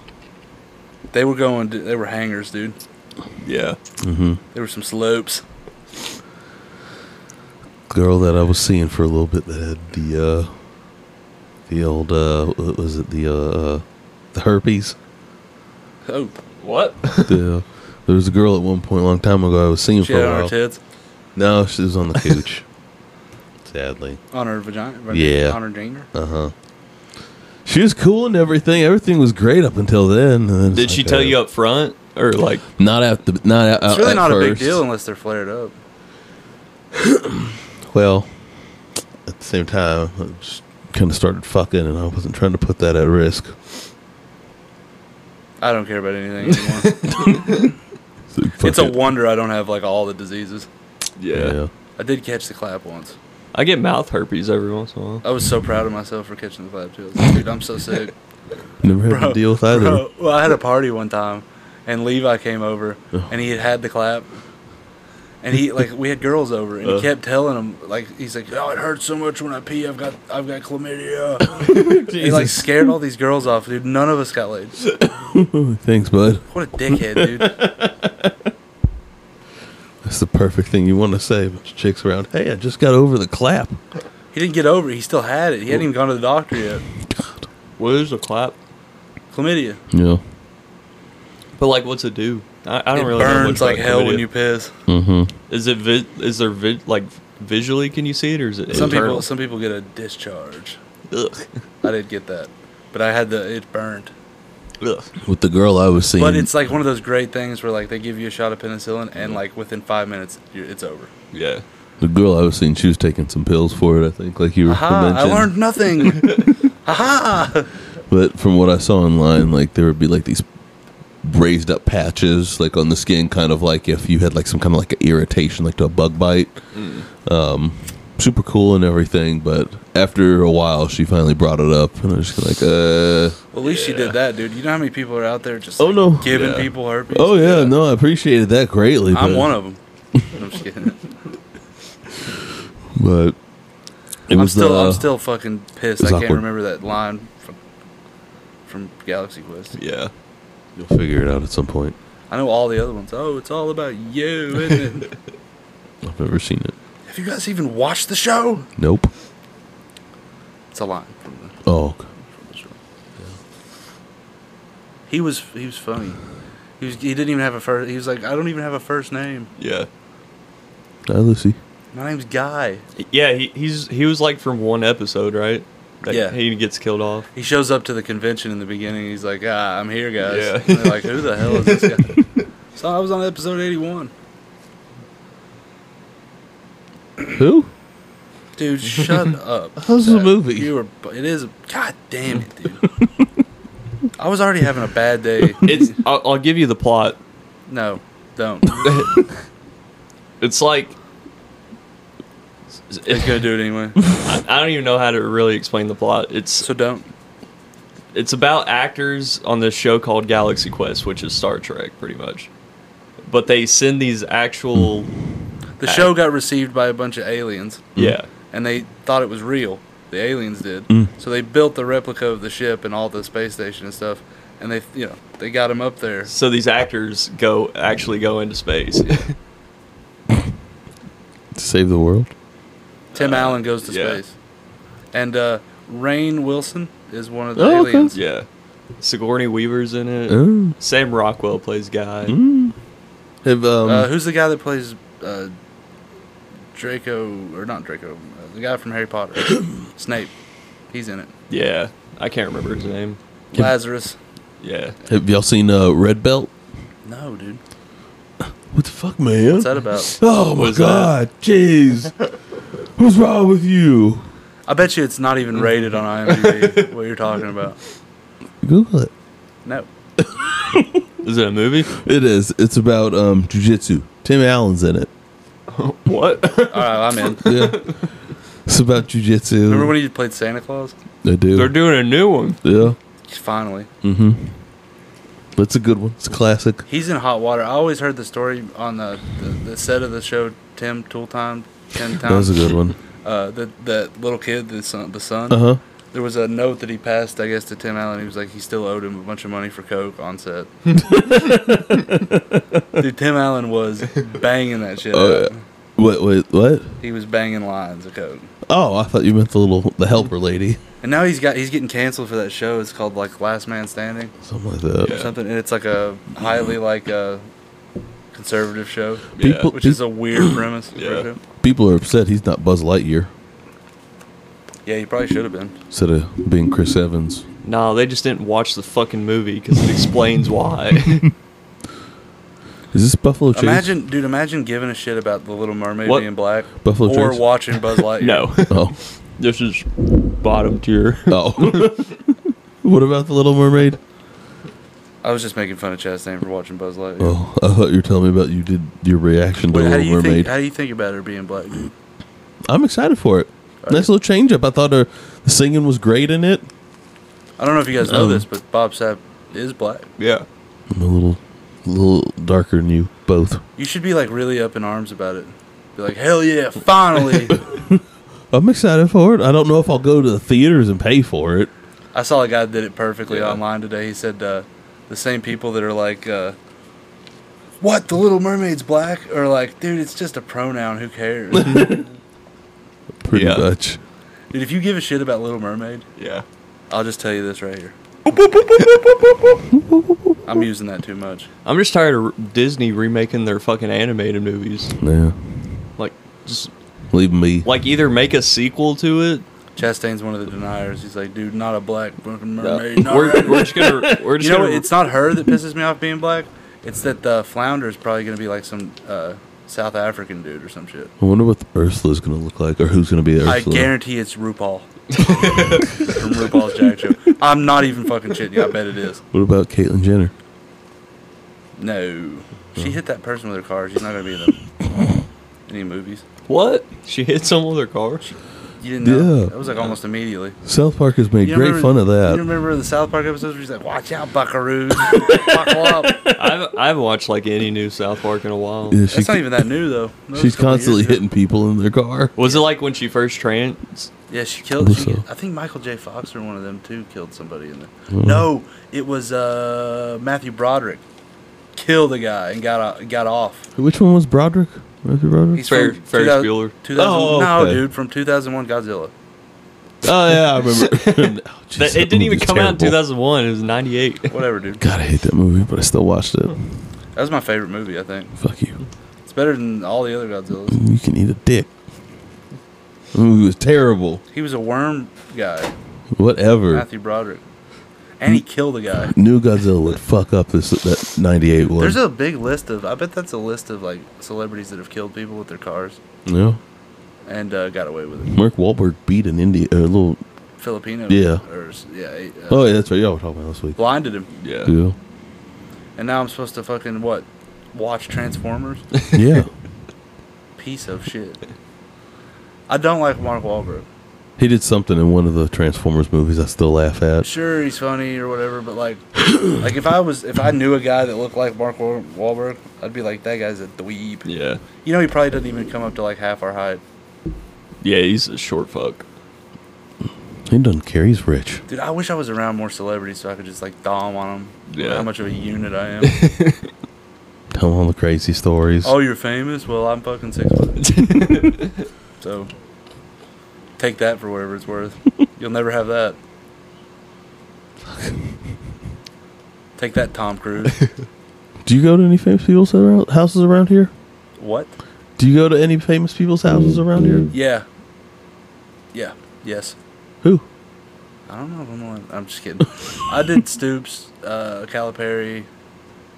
Speaker 1: They were going. They were hangers, dude.
Speaker 3: yeah.
Speaker 1: There were some slopes.
Speaker 2: Girl that I was seeing for a little bit that had the uh, the old uh, what was it the uh, the herpes?
Speaker 1: Oh,
Speaker 3: What?
Speaker 2: the, uh, there was a girl at one point, a long time ago, I was seeing
Speaker 1: she
Speaker 2: for
Speaker 1: had
Speaker 2: a
Speaker 1: on her
Speaker 2: while.
Speaker 1: tits,
Speaker 2: No, she was on the cooch. Sadly.
Speaker 1: on her vagina,
Speaker 2: Yeah.
Speaker 1: on her dinger.
Speaker 2: Uh huh. She was cool and everything. Everything was great up until then. and then it's
Speaker 3: Did she
Speaker 2: like,
Speaker 3: tell
Speaker 2: uh,
Speaker 3: you up front or like?
Speaker 2: Not at the. Not at.
Speaker 1: It's
Speaker 2: at-
Speaker 1: really
Speaker 2: Uh, at
Speaker 1: not a big
Speaker 2: first.
Speaker 1: deal unless they're flared up.
Speaker 2: Well, at the same time, I just kind of started fucking, and I wasn't trying to put that at risk.
Speaker 1: I don't care about anything anymore.
Speaker 2: So, fuck
Speaker 1: it's a
Speaker 2: it.
Speaker 1: wonder I don't have like all the diseases.
Speaker 2: Yeah.
Speaker 1: I did catch the clap once.
Speaker 3: I get mouth herpes every once in a while.
Speaker 1: I was so proud of myself for catching the clap too. I was like, Dude, I'm so sick.
Speaker 2: Never had to deal with either.
Speaker 1: bro. Well, I had a party one time, and Levi came over, and he had had the clap, and he like we had girls over, and he
Speaker 3: Uh.
Speaker 1: kept telling them like he's like, oh, it hurts so much when I pee. I've got I've got chlamydia. he like
Speaker 2: Jesus.
Speaker 1: scared all these girls off, dude. None of us got laid.
Speaker 2: Thanks, bud.
Speaker 1: What a dickhead, dude.
Speaker 2: That's the perfect thing you want to say. A bunch of chicks around. Hey, I just got over the clap.
Speaker 1: He didn't get over it. He still had it. He hadn't even gone to the doctor yet.
Speaker 3: Well, there's a clap.
Speaker 1: Chlamydia.
Speaker 2: Yeah.
Speaker 3: But like, what's it do? I, I don't
Speaker 1: it
Speaker 3: really know much
Speaker 1: burns like
Speaker 3: about
Speaker 1: hell when
Speaker 3: chlamydia.
Speaker 1: you piss.
Speaker 2: Mm-hmm.
Speaker 3: Is it vi- is there vi- like visually can you see it or is it
Speaker 1: Some people
Speaker 3: internal?
Speaker 1: some people get a discharge.
Speaker 3: Ugh.
Speaker 1: I did get that, but I had the it burned.
Speaker 3: Ugh.
Speaker 2: With the girl I was seeing.
Speaker 1: But it's like one of those great things where like they give you a shot of penicillin and like within five minutes you're, it's over.
Speaker 3: Yeah.
Speaker 2: the girl I was seeing. She was taking some pills for it. I think, like you were
Speaker 1: Aha! I
Speaker 2: mentioning.
Speaker 1: learned nothing. Aha!
Speaker 2: But from what I saw online, like there would be like these raised up patches, like on the skin, kind of like if you had like some kind of like a irritation, like to a bug bite.
Speaker 1: Mm.
Speaker 2: Um, super cool and everything, but after a while, she finally brought it up, and I was just like, uh,
Speaker 1: Well, at least you did that, dude. You know how many people are out there just
Speaker 2: Oh,
Speaker 1: like,
Speaker 2: no.
Speaker 1: giving
Speaker 3: Yeah.
Speaker 1: people herpes.
Speaker 2: oh yeah, no, I appreciated that greatly.
Speaker 1: I'm
Speaker 2: but,
Speaker 1: one of them. I'm just kidding.
Speaker 2: but it
Speaker 1: I'm
Speaker 2: was uh,
Speaker 1: still
Speaker 2: the
Speaker 1: I'm still fucking pissed. I
Speaker 2: was
Speaker 1: can't
Speaker 2: awkward.
Speaker 1: remember that line from from Galaxy Quest.
Speaker 3: Yeah.
Speaker 2: you'll figure it out at some point.
Speaker 1: I know all the other ones. Oh, it's all about you, isn't it?
Speaker 2: I've never seen it.
Speaker 1: Have you guys even watched the show?
Speaker 2: Nope.
Speaker 1: It's a line from the,
Speaker 2: Oh, okay.
Speaker 1: from the show. He was he was funny. He was he didn't even have a first. He was like, I don't even have a first name.
Speaker 3: Yeah.
Speaker 2: Hi, Lucy.
Speaker 1: My name's Guy.
Speaker 3: Yeah, he, he's he was like from one episode, right? That
Speaker 1: Yeah.
Speaker 3: He gets killed off.
Speaker 1: He shows up to the convention in the beginning. He's like, ah, I'm here, guys.
Speaker 3: Yeah.
Speaker 1: And they're like, who the hell is this guy? so I was on episode 81.
Speaker 2: Who?
Speaker 1: Dude, shut up.
Speaker 2: How's the
Speaker 1: Uh,
Speaker 2: movie?
Speaker 1: You were. bu- It is. God damn it, dude. I was already having a bad day.
Speaker 3: It's I'll, I'll give you the plot.
Speaker 1: no, don't.
Speaker 3: It's like
Speaker 1: It's gonna do it anyway.
Speaker 3: I, I don't even know how to really explain the plot. It's
Speaker 1: So don't.
Speaker 3: it's about actors on this show called Galaxy Quest, which is Star Trek, pretty much. But they send these actual
Speaker 1: The show got received by a bunch of aliens,
Speaker 3: yeah
Speaker 1: and they thought it was real. The aliens did.
Speaker 2: Mm.
Speaker 1: So they built the replica of the ship and all the space station and stuff, and they, you know, they got him up there.
Speaker 3: So these actors go actually go into space.
Speaker 2: To save the world?
Speaker 1: Tim
Speaker 2: Uh,
Speaker 1: Allen goes to
Speaker 3: yeah.
Speaker 1: space, and uh, Rain Wilson is one of the
Speaker 2: Oh, okay.
Speaker 1: aliens.
Speaker 3: yeah. Sigourney Weaver's in it.
Speaker 2: Oh.
Speaker 3: Sam Rockwell plays Guy.
Speaker 2: Have, um,
Speaker 1: uh, who's the guy that plays uh, Draco or not Draco? Uh, the guy from Harry Potter, Snape. He's in it.
Speaker 3: Yeah. I can't remember his name.
Speaker 1: Lazarus.
Speaker 3: Yeah.
Speaker 2: have y'all seen uh, Red Belt?
Speaker 1: No, dude.
Speaker 2: What the fuck, man?
Speaker 1: What's that about?
Speaker 2: Oh my
Speaker 3: What's
Speaker 2: god, jeez. What's wrong with you?
Speaker 1: I bet you it's not even rated on IMDb. what you're talking about?
Speaker 2: Google it.
Speaker 1: No.
Speaker 3: Is it a movie?
Speaker 2: It is. It's about um jujitsu. Tim Allen's in it.
Speaker 3: what?
Speaker 1: All right, I'm in.
Speaker 2: Yeah. it's about jujitsu.
Speaker 1: Remember when he played Santa Claus?
Speaker 2: they do.
Speaker 3: They're doing a new one.
Speaker 2: yeah.
Speaker 1: Finally,
Speaker 2: Mm-hmm. That's a good one. It's a classic.
Speaker 1: he's in hot water. I always heard the story on the the, the set of the show. Tim Tool Time. Ten times.
Speaker 2: That was a good one.
Speaker 1: uh, the that little kid, the son, the son.
Speaker 2: Uh huh.
Speaker 1: There was a note that he passed, I guess, to Tim Allen. He was like, he still owed him a bunch of money for coke on set. Dude, Tim Allen was banging that shit.
Speaker 2: Oh,
Speaker 1: out.
Speaker 2: Wait, wait, what?
Speaker 1: He was banging lines of coke,
Speaker 2: Oh, I thought you meant the little the helper lady,
Speaker 1: and now he's got he's getting canceled for that show. It's called like Last Man Standing
Speaker 2: something like that.
Speaker 1: or
Speaker 3: Yeah.
Speaker 1: something, and it's like a highly like uh, conservative show,
Speaker 2: People-
Speaker 1: which is a weird premise. for a
Speaker 3: Yeah.
Speaker 1: show.
Speaker 2: People are upset he's not Buzz Lightyear
Speaker 1: yeah, he probably should have been.
Speaker 2: instead of being Chris Evans.
Speaker 3: Yeah. No, they just didn't watch the fucking movie because it explains why.
Speaker 2: Is this Buffalo Chase?
Speaker 1: Imagine, dude, imagine giving a shit about the Little Mermaid
Speaker 3: What?
Speaker 1: being black,
Speaker 2: Buffalo
Speaker 1: or
Speaker 2: Trace?
Speaker 1: watching Buzz Lightyear.
Speaker 3: no.
Speaker 2: Oh,
Speaker 3: This is bottom tier.
Speaker 2: oh. what about the Little Mermaid?
Speaker 1: I was just making fun of Chastain for watching Buzz Lightyear.
Speaker 2: Oh, I thought you were telling me about you did your reaction to
Speaker 1: Wait,
Speaker 2: the
Speaker 1: how do
Speaker 2: Little
Speaker 1: you think?
Speaker 2: Mermaid.
Speaker 1: How do you think about her being black? Dude?
Speaker 2: I'm excited for it. Nice little change up. I thought her the singing was great in it.
Speaker 1: I don't know if you guys know
Speaker 2: Um,
Speaker 1: this, but Bob Sapp is black.
Speaker 3: Yeah.
Speaker 2: I'm a little, little darker than you both.
Speaker 1: You should be like really up in arms about it. Be like, hell yeah, finally!
Speaker 2: I'm excited for it. I don't know if I'll go to the theaters and pay for it.
Speaker 1: I saw a guy that did it perfectly
Speaker 3: Yeah.
Speaker 1: online today. He said uh, the same people that are like, uh, "What? The Little Mermaid's black?" Or like, "Dude, it's just a pronoun. Who cares?" Dude,
Speaker 2: Pretty
Speaker 3: Yeah.
Speaker 2: much.
Speaker 1: if you give a shit about Little Mermaid,
Speaker 3: Yeah.
Speaker 1: I'll just tell you this right here. I'm using that too much.
Speaker 3: I'm just tired of r- Disney remaking their fucking animated movies.
Speaker 2: Yeah.
Speaker 3: Like, just
Speaker 2: Leave me.
Speaker 3: like either make a sequel to it
Speaker 1: Chastain's one of the deniers. He's like, "Dude, not a black fucking mermaid." not
Speaker 3: Uh, we're,
Speaker 1: right."
Speaker 3: we're just gonna we're just
Speaker 1: you know,
Speaker 3: gonna
Speaker 1: what? it's not her that pisses me off being black. It's that the flounder is probably going to be like some uh, South African dude or some shit.
Speaker 2: I wonder what the Ursula's gonna look like, or who's gonna be Ursula.
Speaker 1: I guarantee it's RuPaul from RuPaul's Drag Show. I'm not even fucking shitting you. I bet it is.
Speaker 2: what about Caitlyn Jenner?
Speaker 1: No, she hit that person with her car. She's not going to be in them. any movies.
Speaker 3: what she hit someone with her car.
Speaker 1: You didn't know.
Speaker 2: Yeah.
Speaker 1: That was like almost immediately.
Speaker 2: South Park has made
Speaker 1: You
Speaker 2: great
Speaker 1: remember-
Speaker 2: fun of
Speaker 1: You
Speaker 2: that.
Speaker 1: remember the South Park episodes where she's like, "Watch out, buckaroos, buckle up."
Speaker 3: I haven't, I haven't watched like any new South Park in a while.
Speaker 2: Yeah, she-
Speaker 1: That's not even that new though. That was
Speaker 2: she's
Speaker 1: a couple of years
Speaker 2: constantly
Speaker 1: ago.
Speaker 2: hitting people in their car.
Speaker 3: Was it like when she first trans?
Speaker 1: Yeah, she killed. She,
Speaker 2: Russo.
Speaker 1: I think Michael J. Fox or one of them too killed somebody in there.
Speaker 2: Mm.
Speaker 1: No, it was uh, Matthew Broderick killed a guy and got o- got off.
Speaker 2: Which one was Broderick? Matthew Broderick?
Speaker 1: He's
Speaker 3: Fer-
Speaker 1: from
Speaker 3: Ferris
Speaker 1: 2000
Speaker 3: Bueller.
Speaker 1: 2000
Speaker 2: Oh,
Speaker 1: no,
Speaker 2: okay.
Speaker 1: dude, from 2001 Godzilla.
Speaker 2: Oh yeah, I remember. Oh, jeez,
Speaker 3: That,
Speaker 2: that
Speaker 3: it didn't even
Speaker 2: movie's
Speaker 3: come out in
Speaker 2: terrible.
Speaker 3: 2001. It was 98.
Speaker 1: Whatever, dude.
Speaker 2: God, I hate that movie, but I still watched it.
Speaker 1: That was my favorite movie. I think
Speaker 2: Fuck you.
Speaker 1: it's better than all the other Godzillas.
Speaker 2: You can eat a dick. The movie was terrible.
Speaker 1: He was a worm guy,
Speaker 2: Whatever.
Speaker 1: Matthew Broderick, and he killed a guy.
Speaker 2: New Godzilla would fuck up this that '98 one.
Speaker 1: There's a big list of. I bet that's a list of like celebrities that have killed people with their cars
Speaker 2: yeah.
Speaker 1: and uh, got away with it.
Speaker 2: Mark Wahlberg beat an Indian. A little.
Speaker 1: Filipino.
Speaker 2: Yeah.
Speaker 1: Or s- yeah. he, uh,
Speaker 2: Oh yeah, that's right. Y'all were talking about last week.
Speaker 1: Blinded him,
Speaker 2: Yeah.
Speaker 1: and now I'm supposed to fucking what? Watch Transformers?
Speaker 2: Yeah.
Speaker 1: Piece of shit. I don't like Mark Wahlberg.
Speaker 2: he did something in one of the Transformers movies. I still laugh at.
Speaker 1: Sure, he's funny or whatever, but like, like if I was if I knew a guy that looked like Mark Wahl- Wahlberg, I'd be like, that guy's a dweeb.
Speaker 3: Yeah.
Speaker 1: You know, he probably doesn't even come up to like half our height.
Speaker 3: Yeah, he's a short fuck.
Speaker 2: He doesn't care. He's rich.
Speaker 1: Dude, I wish I was around more celebrities so I could just like dom on them.
Speaker 3: Yeah.
Speaker 1: How much of a unit I am.
Speaker 2: Tell him all the crazy stories.
Speaker 1: oh, you're famous? Well, I'm fucking six foot. So take that for whatever it's worth. You'll never have that. Take that, Tom Cruise.
Speaker 2: Do you go to any famous people's around, houses around here?
Speaker 1: what?
Speaker 2: Do you go to any famous people's houses around here?
Speaker 1: Yeah. Yeah. Yes.
Speaker 2: Who?
Speaker 1: I don't know if I'm on. I'm just kidding. I did Stoops, uh, Calipari.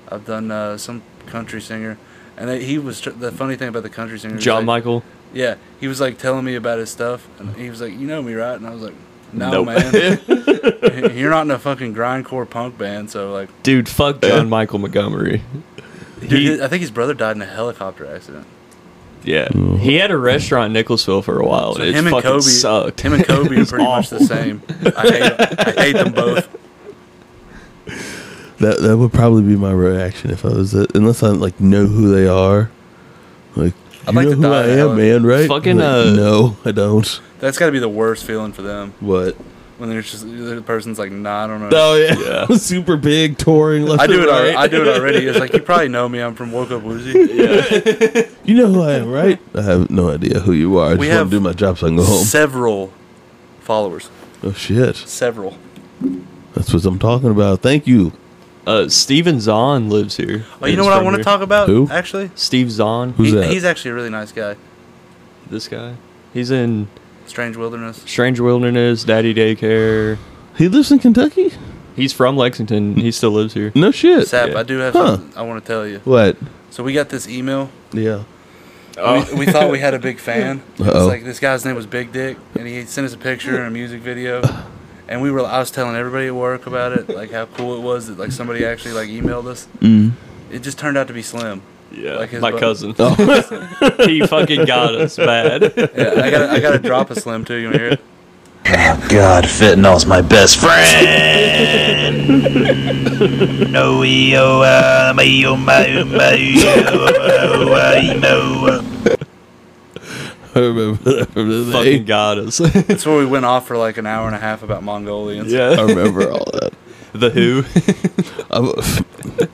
Speaker 1: I've done uh, some country singer, and they, he was tr- the funny thing about the country singer. was
Speaker 3: John
Speaker 1: like,
Speaker 3: Michael.
Speaker 1: Yeah, he was like telling me about his stuff, and he was like, "You know me, right?" And I was like, "No,
Speaker 3: Nope.
Speaker 1: man. You're not in a fucking grindcore punk band." So like,
Speaker 3: Dude, fuck John Michael Montgomery.
Speaker 1: dude,
Speaker 3: He-
Speaker 1: I think his brother died in a helicopter accident.
Speaker 3: Yeah. Mm-hmm. He had a restaurant in Nicholasville for a while.
Speaker 1: So
Speaker 3: and Oh, it
Speaker 1: him and
Speaker 3: fucking
Speaker 1: Kobe,
Speaker 3: sucked.
Speaker 1: him and Kobe are
Speaker 3: It's
Speaker 1: pretty much the
Speaker 3: awful.
Speaker 1: same. I hate, I hate them both.
Speaker 2: That that would probably be my reaction if I was that, unless I like know who they are. Like
Speaker 1: I'd
Speaker 2: you
Speaker 1: like
Speaker 2: know
Speaker 1: to
Speaker 2: who
Speaker 1: die
Speaker 2: I
Speaker 1: in
Speaker 2: am,
Speaker 1: hell.
Speaker 2: man, right?
Speaker 3: Fucking,
Speaker 2: Like,
Speaker 3: uh,
Speaker 2: no, I don't.
Speaker 1: That's got to be the worst feeling for them
Speaker 2: What?
Speaker 1: when there's just the person's like, "Nah, I don't know."
Speaker 2: Oh yeah, super big touring. Left
Speaker 1: I do it.
Speaker 2: and
Speaker 1: alre
Speaker 2: Right.
Speaker 1: I do it already. It's like you probably know me. I'm from Woke Up Woozy.
Speaker 2: You know who I am, right? I have no idea who you are. I just
Speaker 1: We
Speaker 2: want
Speaker 1: have
Speaker 2: to do my job so I can go home.
Speaker 1: Several followers.
Speaker 2: oh shit,
Speaker 1: Several.
Speaker 2: that's what I'm talking about. Thank you.
Speaker 3: Uh, Steven Zahn lives here.
Speaker 1: Oh, you know what I want to talk about?
Speaker 2: Who?
Speaker 1: Actually,
Speaker 3: Steve Zahn,
Speaker 2: Who's
Speaker 1: he,
Speaker 2: that?
Speaker 1: he's actually a really nice guy.
Speaker 3: this guy. He's in
Speaker 1: Strange Wilderness.
Speaker 3: Strange Wilderness, Daddy Daycare.
Speaker 2: He lives in Kentucky.
Speaker 3: He's from Lexington. He still lives here.
Speaker 2: No shit.
Speaker 1: Sap,
Speaker 3: yeah.
Speaker 1: I do have
Speaker 2: Huh.
Speaker 1: something I want to tell you.
Speaker 2: What?
Speaker 1: So we got this email.
Speaker 2: Yeah.
Speaker 1: We, we thought we had a big fan. It was
Speaker 2: Uh-oh.
Speaker 1: like this guy's name was Big Dick, and he sent us a picture and a music video. And we were, I was telling everybody at work about it, like how cool it was that like somebody actually like emailed us.
Speaker 2: Mm.
Speaker 1: It just turned out to be Slim.
Speaker 3: Yeah,
Speaker 1: Like his
Speaker 3: my
Speaker 1: brother.
Speaker 3: cousin.
Speaker 2: Oh.
Speaker 3: he fucking got us bad.
Speaker 1: Yeah, I gotta, I gotta drop a Slim too. You wanna hear it?
Speaker 4: God, fentanyl's my best friend. no, yo, uh, my, yo, my, my, yo, uh, I know.
Speaker 2: I remember that from the day.
Speaker 3: fucking got us.
Speaker 1: That's where we went off for like an hour and a half about Mongolians.
Speaker 2: I
Speaker 3: yeah,
Speaker 2: remember all that.
Speaker 3: the Who.
Speaker 2: I,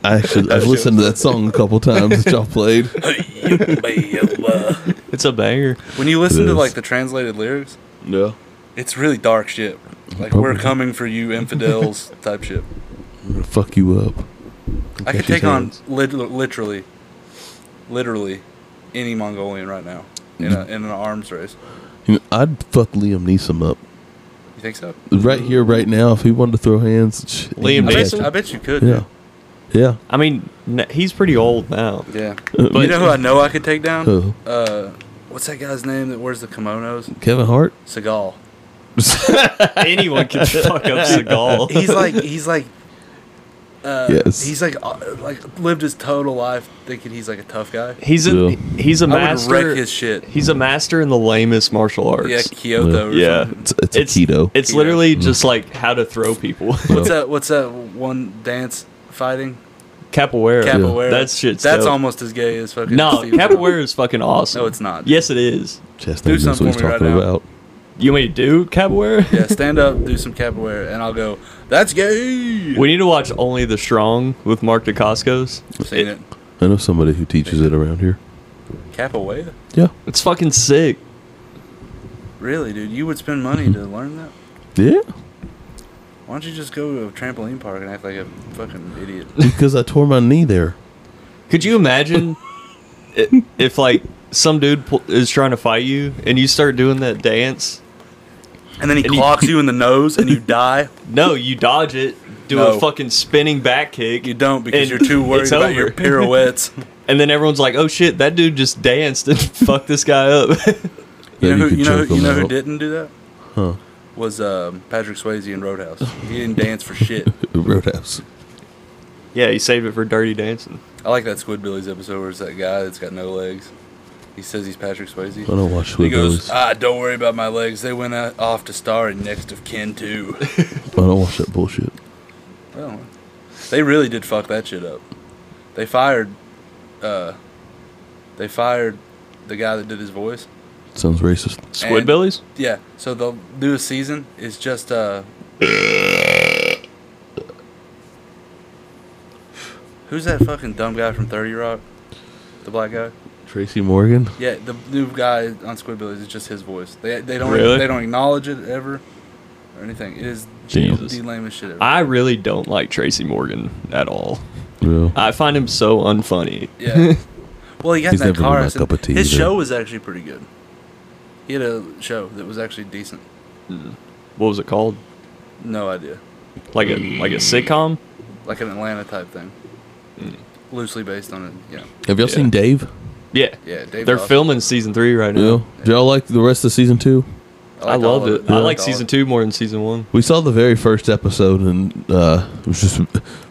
Speaker 2: I actually I've listened to that song a couple times that y'all played.
Speaker 3: It's a banger.
Speaker 1: When you listen
Speaker 2: It
Speaker 1: to
Speaker 2: is.
Speaker 1: like the translated lyrics,
Speaker 2: Yeah.
Speaker 1: it's really dark shit. Like we're
Speaker 2: Probably.
Speaker 1: coming for you, infidels type shit.
Speaker 2: I'm gonna fuck you up.
Speaker 1: I could
Speaker 2: Catch his
Speaker 1: take on
Speaker 2: hands.
Speaker 1: lit- literally, literally, any Mongolian right now in, a, in an arms race.
Speaker 2: You know, I'd fuck Liam Neeson up.
Speaker 1: You think so?
Speaker 2: Right here, right now, if he wanted to throw hands. sh-
Speaker 3: Liam
Speaker 1: I
Speaker 2: he'd
Speaker 1: bet,
Speaker 3: Neeson?
Speaker 1: I bet you could.
Speaker 2: catch it.
Speaker 1: Yeah.
Speaker 2: Yeah. Yeah.
Speaker 3: I mean, n- he's pretty old now.
Speaker 1: Yeah.
Speaker 2: But-
Speaker 1: you know who I know I could take down?
Speaker 2: Who?
Speaker 1: Uh, what's that guy's name that wears the kimonos?
Speaker 2: Kevin Hart?
Speaker 1: Seagal.
Speaker 3: Anyone can fuck up Seagal.
Speaker 1: He's like he's like. Uh,
Speaker 2: Yes.
Speaker 1: He's like uh, like lived his total life thinking he's like a tough guy.
Speaker 3: he's a
Speaker 2: Yeah.
Speaker 3: he's a
Speaker 1: I would
Speaker 3: master.
Speaker 1: wreck his shit.
Speaker 3: He's a master in the lamest martial arts.
Speaker 1: Yeah, Kyoto. Or
Speaker 3: Yeah.
Speaker 1: Something.
Speaker 2: It's, it's, a keto.
Speaker 3: It's
Speaker 1: Keto.
Speaker 3: literally just like how to throw people.
Speaker 1: What's that? What's that one dance fighting?
Speaker 3: capoeira.
Speaker 1: Capoeira.
Speaker 3: That shit's
Speaker 1: That's
Speaker 3: dope.
Speaker 1: almost as gay as fucking.
Speaker 3: No,
Speaker 1: Steve-
Speaker 3: capoeira is fucking awesome.
Speaker 1: No, it's not.
Speaker 3: Yes, it is.
Speaker 2: Chest
Speaker 1: do
Speaker 2: knows what
Speaker 1: something
Speaker 2: he's
Speaker 1: for me right
Speaker 2: talking
Speaker 1: now.
Speaker 2: about.
Speaker 3: You want me to do capoeira?
Speaker 1: Yeah, stand up, do some capoeira, and I'll go. That's gay.
Speaker 3: We need to watch only the strong with Mark DeCoscos.
Speaker 1: Seen it.
Speaker 2: I know somebody who teaches it around here.
Speaker 1: Capoeira.
Speaker 2: Yeah.
Speaker 3: It's fucking sick.
Speaker 1: Really, dude, you would spend money to learn that?
Speaker 2: Yeah,
Speaker 1: Why don't you just go to a trampoline park and act like a fucking idiot?
Speaker 2: because I tore my knee there.
Speaker 3: Could you imagine i- if like some dude pu- is trying to fight you and you start doing that dance?
Speaker 1: And then he
Speaker 3: And you-
Speaker 1: clocks you in the nose and you die.
Speaker 3: No, you dodge it, do
Speaker 1: No.
Speaker 3: a fucking spinning back kick,
Speaker 1: You don't
Speaker 3: And
Speaker 1: because you're too worried
Speaker 3: it's
Speaker 1: about your
Speaker 3: over.
Speaker 1: pirouettes.
Speaker 3: and then everyone's like, "Oh shit, that dude just danced and fucked this guy up."
Speaker 1: You
Speaker 2: Then
Speaker 1: know who
Speaker 2: could
Speaker 1: you know,
Speaker 2: choke
Speaker 1: who- you
Speaker 2: them
Speaker 1: know who
Speaker 2: out.
Speaker 1: didn't do that?
Speaker 2: Huh.
Speaker 1: Was um, Patrick Swayze in Roadhouse. He didn't dance for shit.
Speaker 2: Roadhouse.
Speaker 3: yeah, he saved it for dirty dancing.
Speaker 1: I like that Squidbillies episode where it's that guy that's got no legs. He says he's Patrick Swayze.
Speaker 2: I don't watch
Speaker 1: He goes,
Speaker 2: Squidbillies. I
Speaker 1: ah, don't worry about my legs. They went out, off to star in Next of Kin 2.
Speaker 2: don't watch that bullshit.
Speaker 1: well, they really did fuck that shit up. They fired, uh, they fired the guy that did his voice.
Speaker 2: Sounds racist.
Speaker 3: Squidbillies?
Speaker 1: Yeah, so the newest season is just, uh... Who's that fucking dumb guy from 30 Rock? The black guy?
Speaker 2: Tracy Morgan.
Speaker 1: Yeah, the new guy on Squidbillies is just his voice. They they don't
Speaker 3: Really?
Speaker 1: they don't acknowledge it ever or anything. It is
Speaker 2: Damn.
Speaker 1: the lamest shit ever.
Speaker 3: I really don't like Tracy Morgan at all.
Speaker 2: Real.
Speaker 3: I find him so unfunny.
Speaker 1: yeah. Well, he got
Speaker 2: He's
Speaker 1: in that
Speaker 2: never been
Speaker 1: car
Speaker 2: my
Speaker 1: accident.
Speaker 2: cup of tea
Speaker 1: His
Speaker 2: either.
Speaker 1: show was actually pretty good. He had a show that was actually decent.
Speaker 3: What was it called?
Speaker 1: No idea,
Speaker 3: Like a like a sitcom?
Speaker 1: like an Atlanta type thing,
Speaker 3: Hmm.
Speaker 1: loosely based on it. Yeah,
Speaker 2: Have y'all
Speaker 3: Yeah.
Speaker 2: seen Dave?
Speaker 3: Yeah.
Speaker 1: yeah. Dave
Speaker 3: They're
Speaker 1: Dawson.
Speaker 3: filming season three right now.
Speaker 2: Yeah. Did y'all like the rest of season two?
Speaker 3: I,
Speaker 1: liked all
Speaker 3: loved
Speaker 1: of
Speaker 3: it. I
Speaker 1: liked
Speaker 3: like
Speaker 1: all
Speaker 3: season
Speaker 1: of
Speaker 3: two more than season one.
Speaker 2: We saw the very first episode, and uh, it was just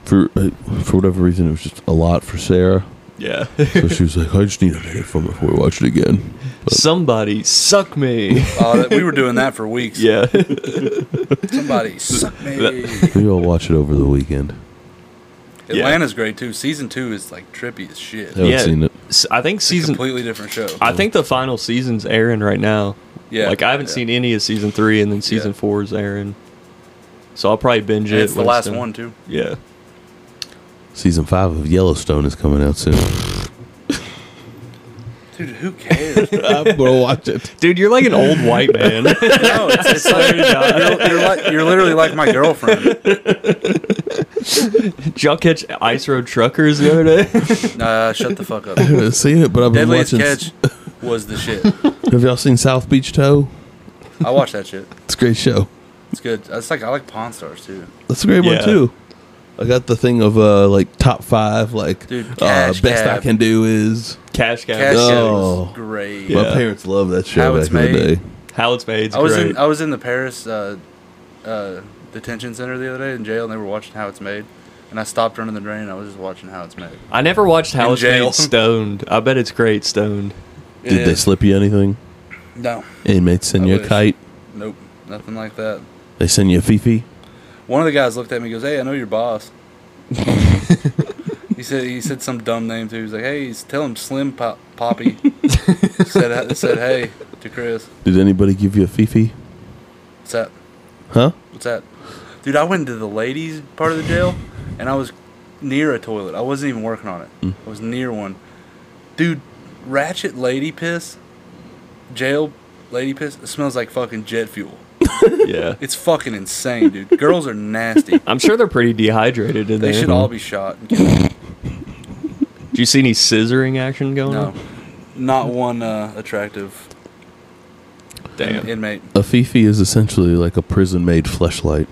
Speaker 2: for uh, for whatever reason, it was just a lot for Sarah.
Speaker 3: Yeah.
Speaker 2: So she was like, "I just need a day from it before we watch it again."
Speaker 3: Somebody suck me.
Speaker 1: it. Oh, that- we were doing that for weeks.
Speaker 3: yeah.
Speaker 1: Somebody suck me.
Speaker 2: Maybe I'll watch it over the weekend.
Speaker 3: Yeah.
Speaker 1: Atlanta's great too. Season two is like trippy as shit.
Speaker 2: I haven't
Speaker 3: Yeah.
Speaker 2: seen it.
Speaker 3: S- I think
Speaker 1: It's a
Speaker 3: season
Speaker 1: completely different show.
Speaker 3: I think the final season's airing right now.
Speaker 1: Yeah.
Speaker 3: Like I haven't
Speaker 1: Yeah.
Speaker 3: seen any of season three and then season
Speaker 1: Yeah.
Speaker 3: four is airing. So I'll probably binge
Speaker 1: And
Speaker 3: it.
Speaker 1: it's the
Speaker 3: when
Speaker 1: last
Speaker 3: done.
Speaker 1: one too.
Speaker 3: Yeah.
Speaker 2: Season five of Yellowstone is coming out soon.
Speaker 1: Dude, who cares?
Speaker 2: I'm gonna watch it.
Speaker 3: Dude, you're like an old white man.
Speaker 1: no, it's, it's like, you're, you're like you're literally like my girlfriend.
Speaker 3: Did y'all catch Ice Road Truckers the other day?
Speaker 1: Nah, shut the fuck up.
Speaker 2: I haven't seen it, but I've been
Speaker 1: Deadliest
Speaker 2: watching.
Speaker 1: Catch was the shit.
Speaker 2: Have y'all seen South Beach Toe?
Speaker 1: I watched that shit.
Speaker 2: It's a great show.
Speaker 1: It's good. It's like I like Pawn Stars too.
Speaker 2: That's a great
Speaker 3: Yeah.
Speaker 2: one too. I got the thing of uh like top five like
Speaker 1: Dude,
Speaker 2: uh,
Speaker 1: Cash
Speaker 2: best I
Speaker 1: Cab.
Speaker 2: can do is
Speaker 3: Cash Cab.
Speaker 1: Cash Cab was
Speaker 2: Oh.
Speaker 1: great.
Speaker 3: Yeah.
Speaker 2: my parents love that show
Speaker 1: How
Speaker 2: back
Speaker 1: It's
Speaker 2: in the
Speaker 1: Made.
Speaker 2: day.
Speaker 3: How it's made.
Speaker 1: I was
Speaker 3: great.
Speaker 1: in I was in the Paris uh, uh, detention center the other day in jail, and they were watching How It's Made. And I stopped running the drain. and I was just watching How It's Made.
Speaker 3: I never watched How
Speaker 1: In
Speaker 3: It's
Speaker 1: jail.
Speaker 3: Made Stoned. I bet it's great Stoned.
Speaker 2: Did they slip you anything?
Speaker 1: No,
Speaker 2: Inmates send
Speaker 1: I
Speaker 2: you a
Speaker 1: wish.
Speaker 2: kite.
Speaker 1: nope, nothing like that.
Speaker 2: They send you a fifi.
Speaker 1: One of the guys looked at me and goes, Hey, I know your boss. he said he said some dumb name too. He was like, Hey, he's, tell him Slim Pop- Poppy said said hey to Chris.
Speaker 2: Did anybody give you a fifi?
Speaker 1: What's that?
Speaker 2: Huh?
Speaker 1: What's that? Dude, I went to the ladies part of the jail and I was near a toilet. I wasn't even working on it. I was near one. Dude, ratchet lady piss, jail lady piss, it smells like fucking jet fuel.
Speaker 3: Yeah.
Speaker 1: It's fucking insane, dude. Girls are nasty.
Speaker 3: I'm sure they're pretty dehydrated in
Speaker 1: They
Speaker 3: there.
Speaker 1: should all be shot. and killed.
Speaker 3: Did you see any scissoring action going
Speaker 1: No,
Speaker 3: on?
Speaker 1: not one uh, attractive
Speaker 3: Damn.
Speaker 1: inmate.
Speaker 2: A fifi is essentially like a prison made fleshlight.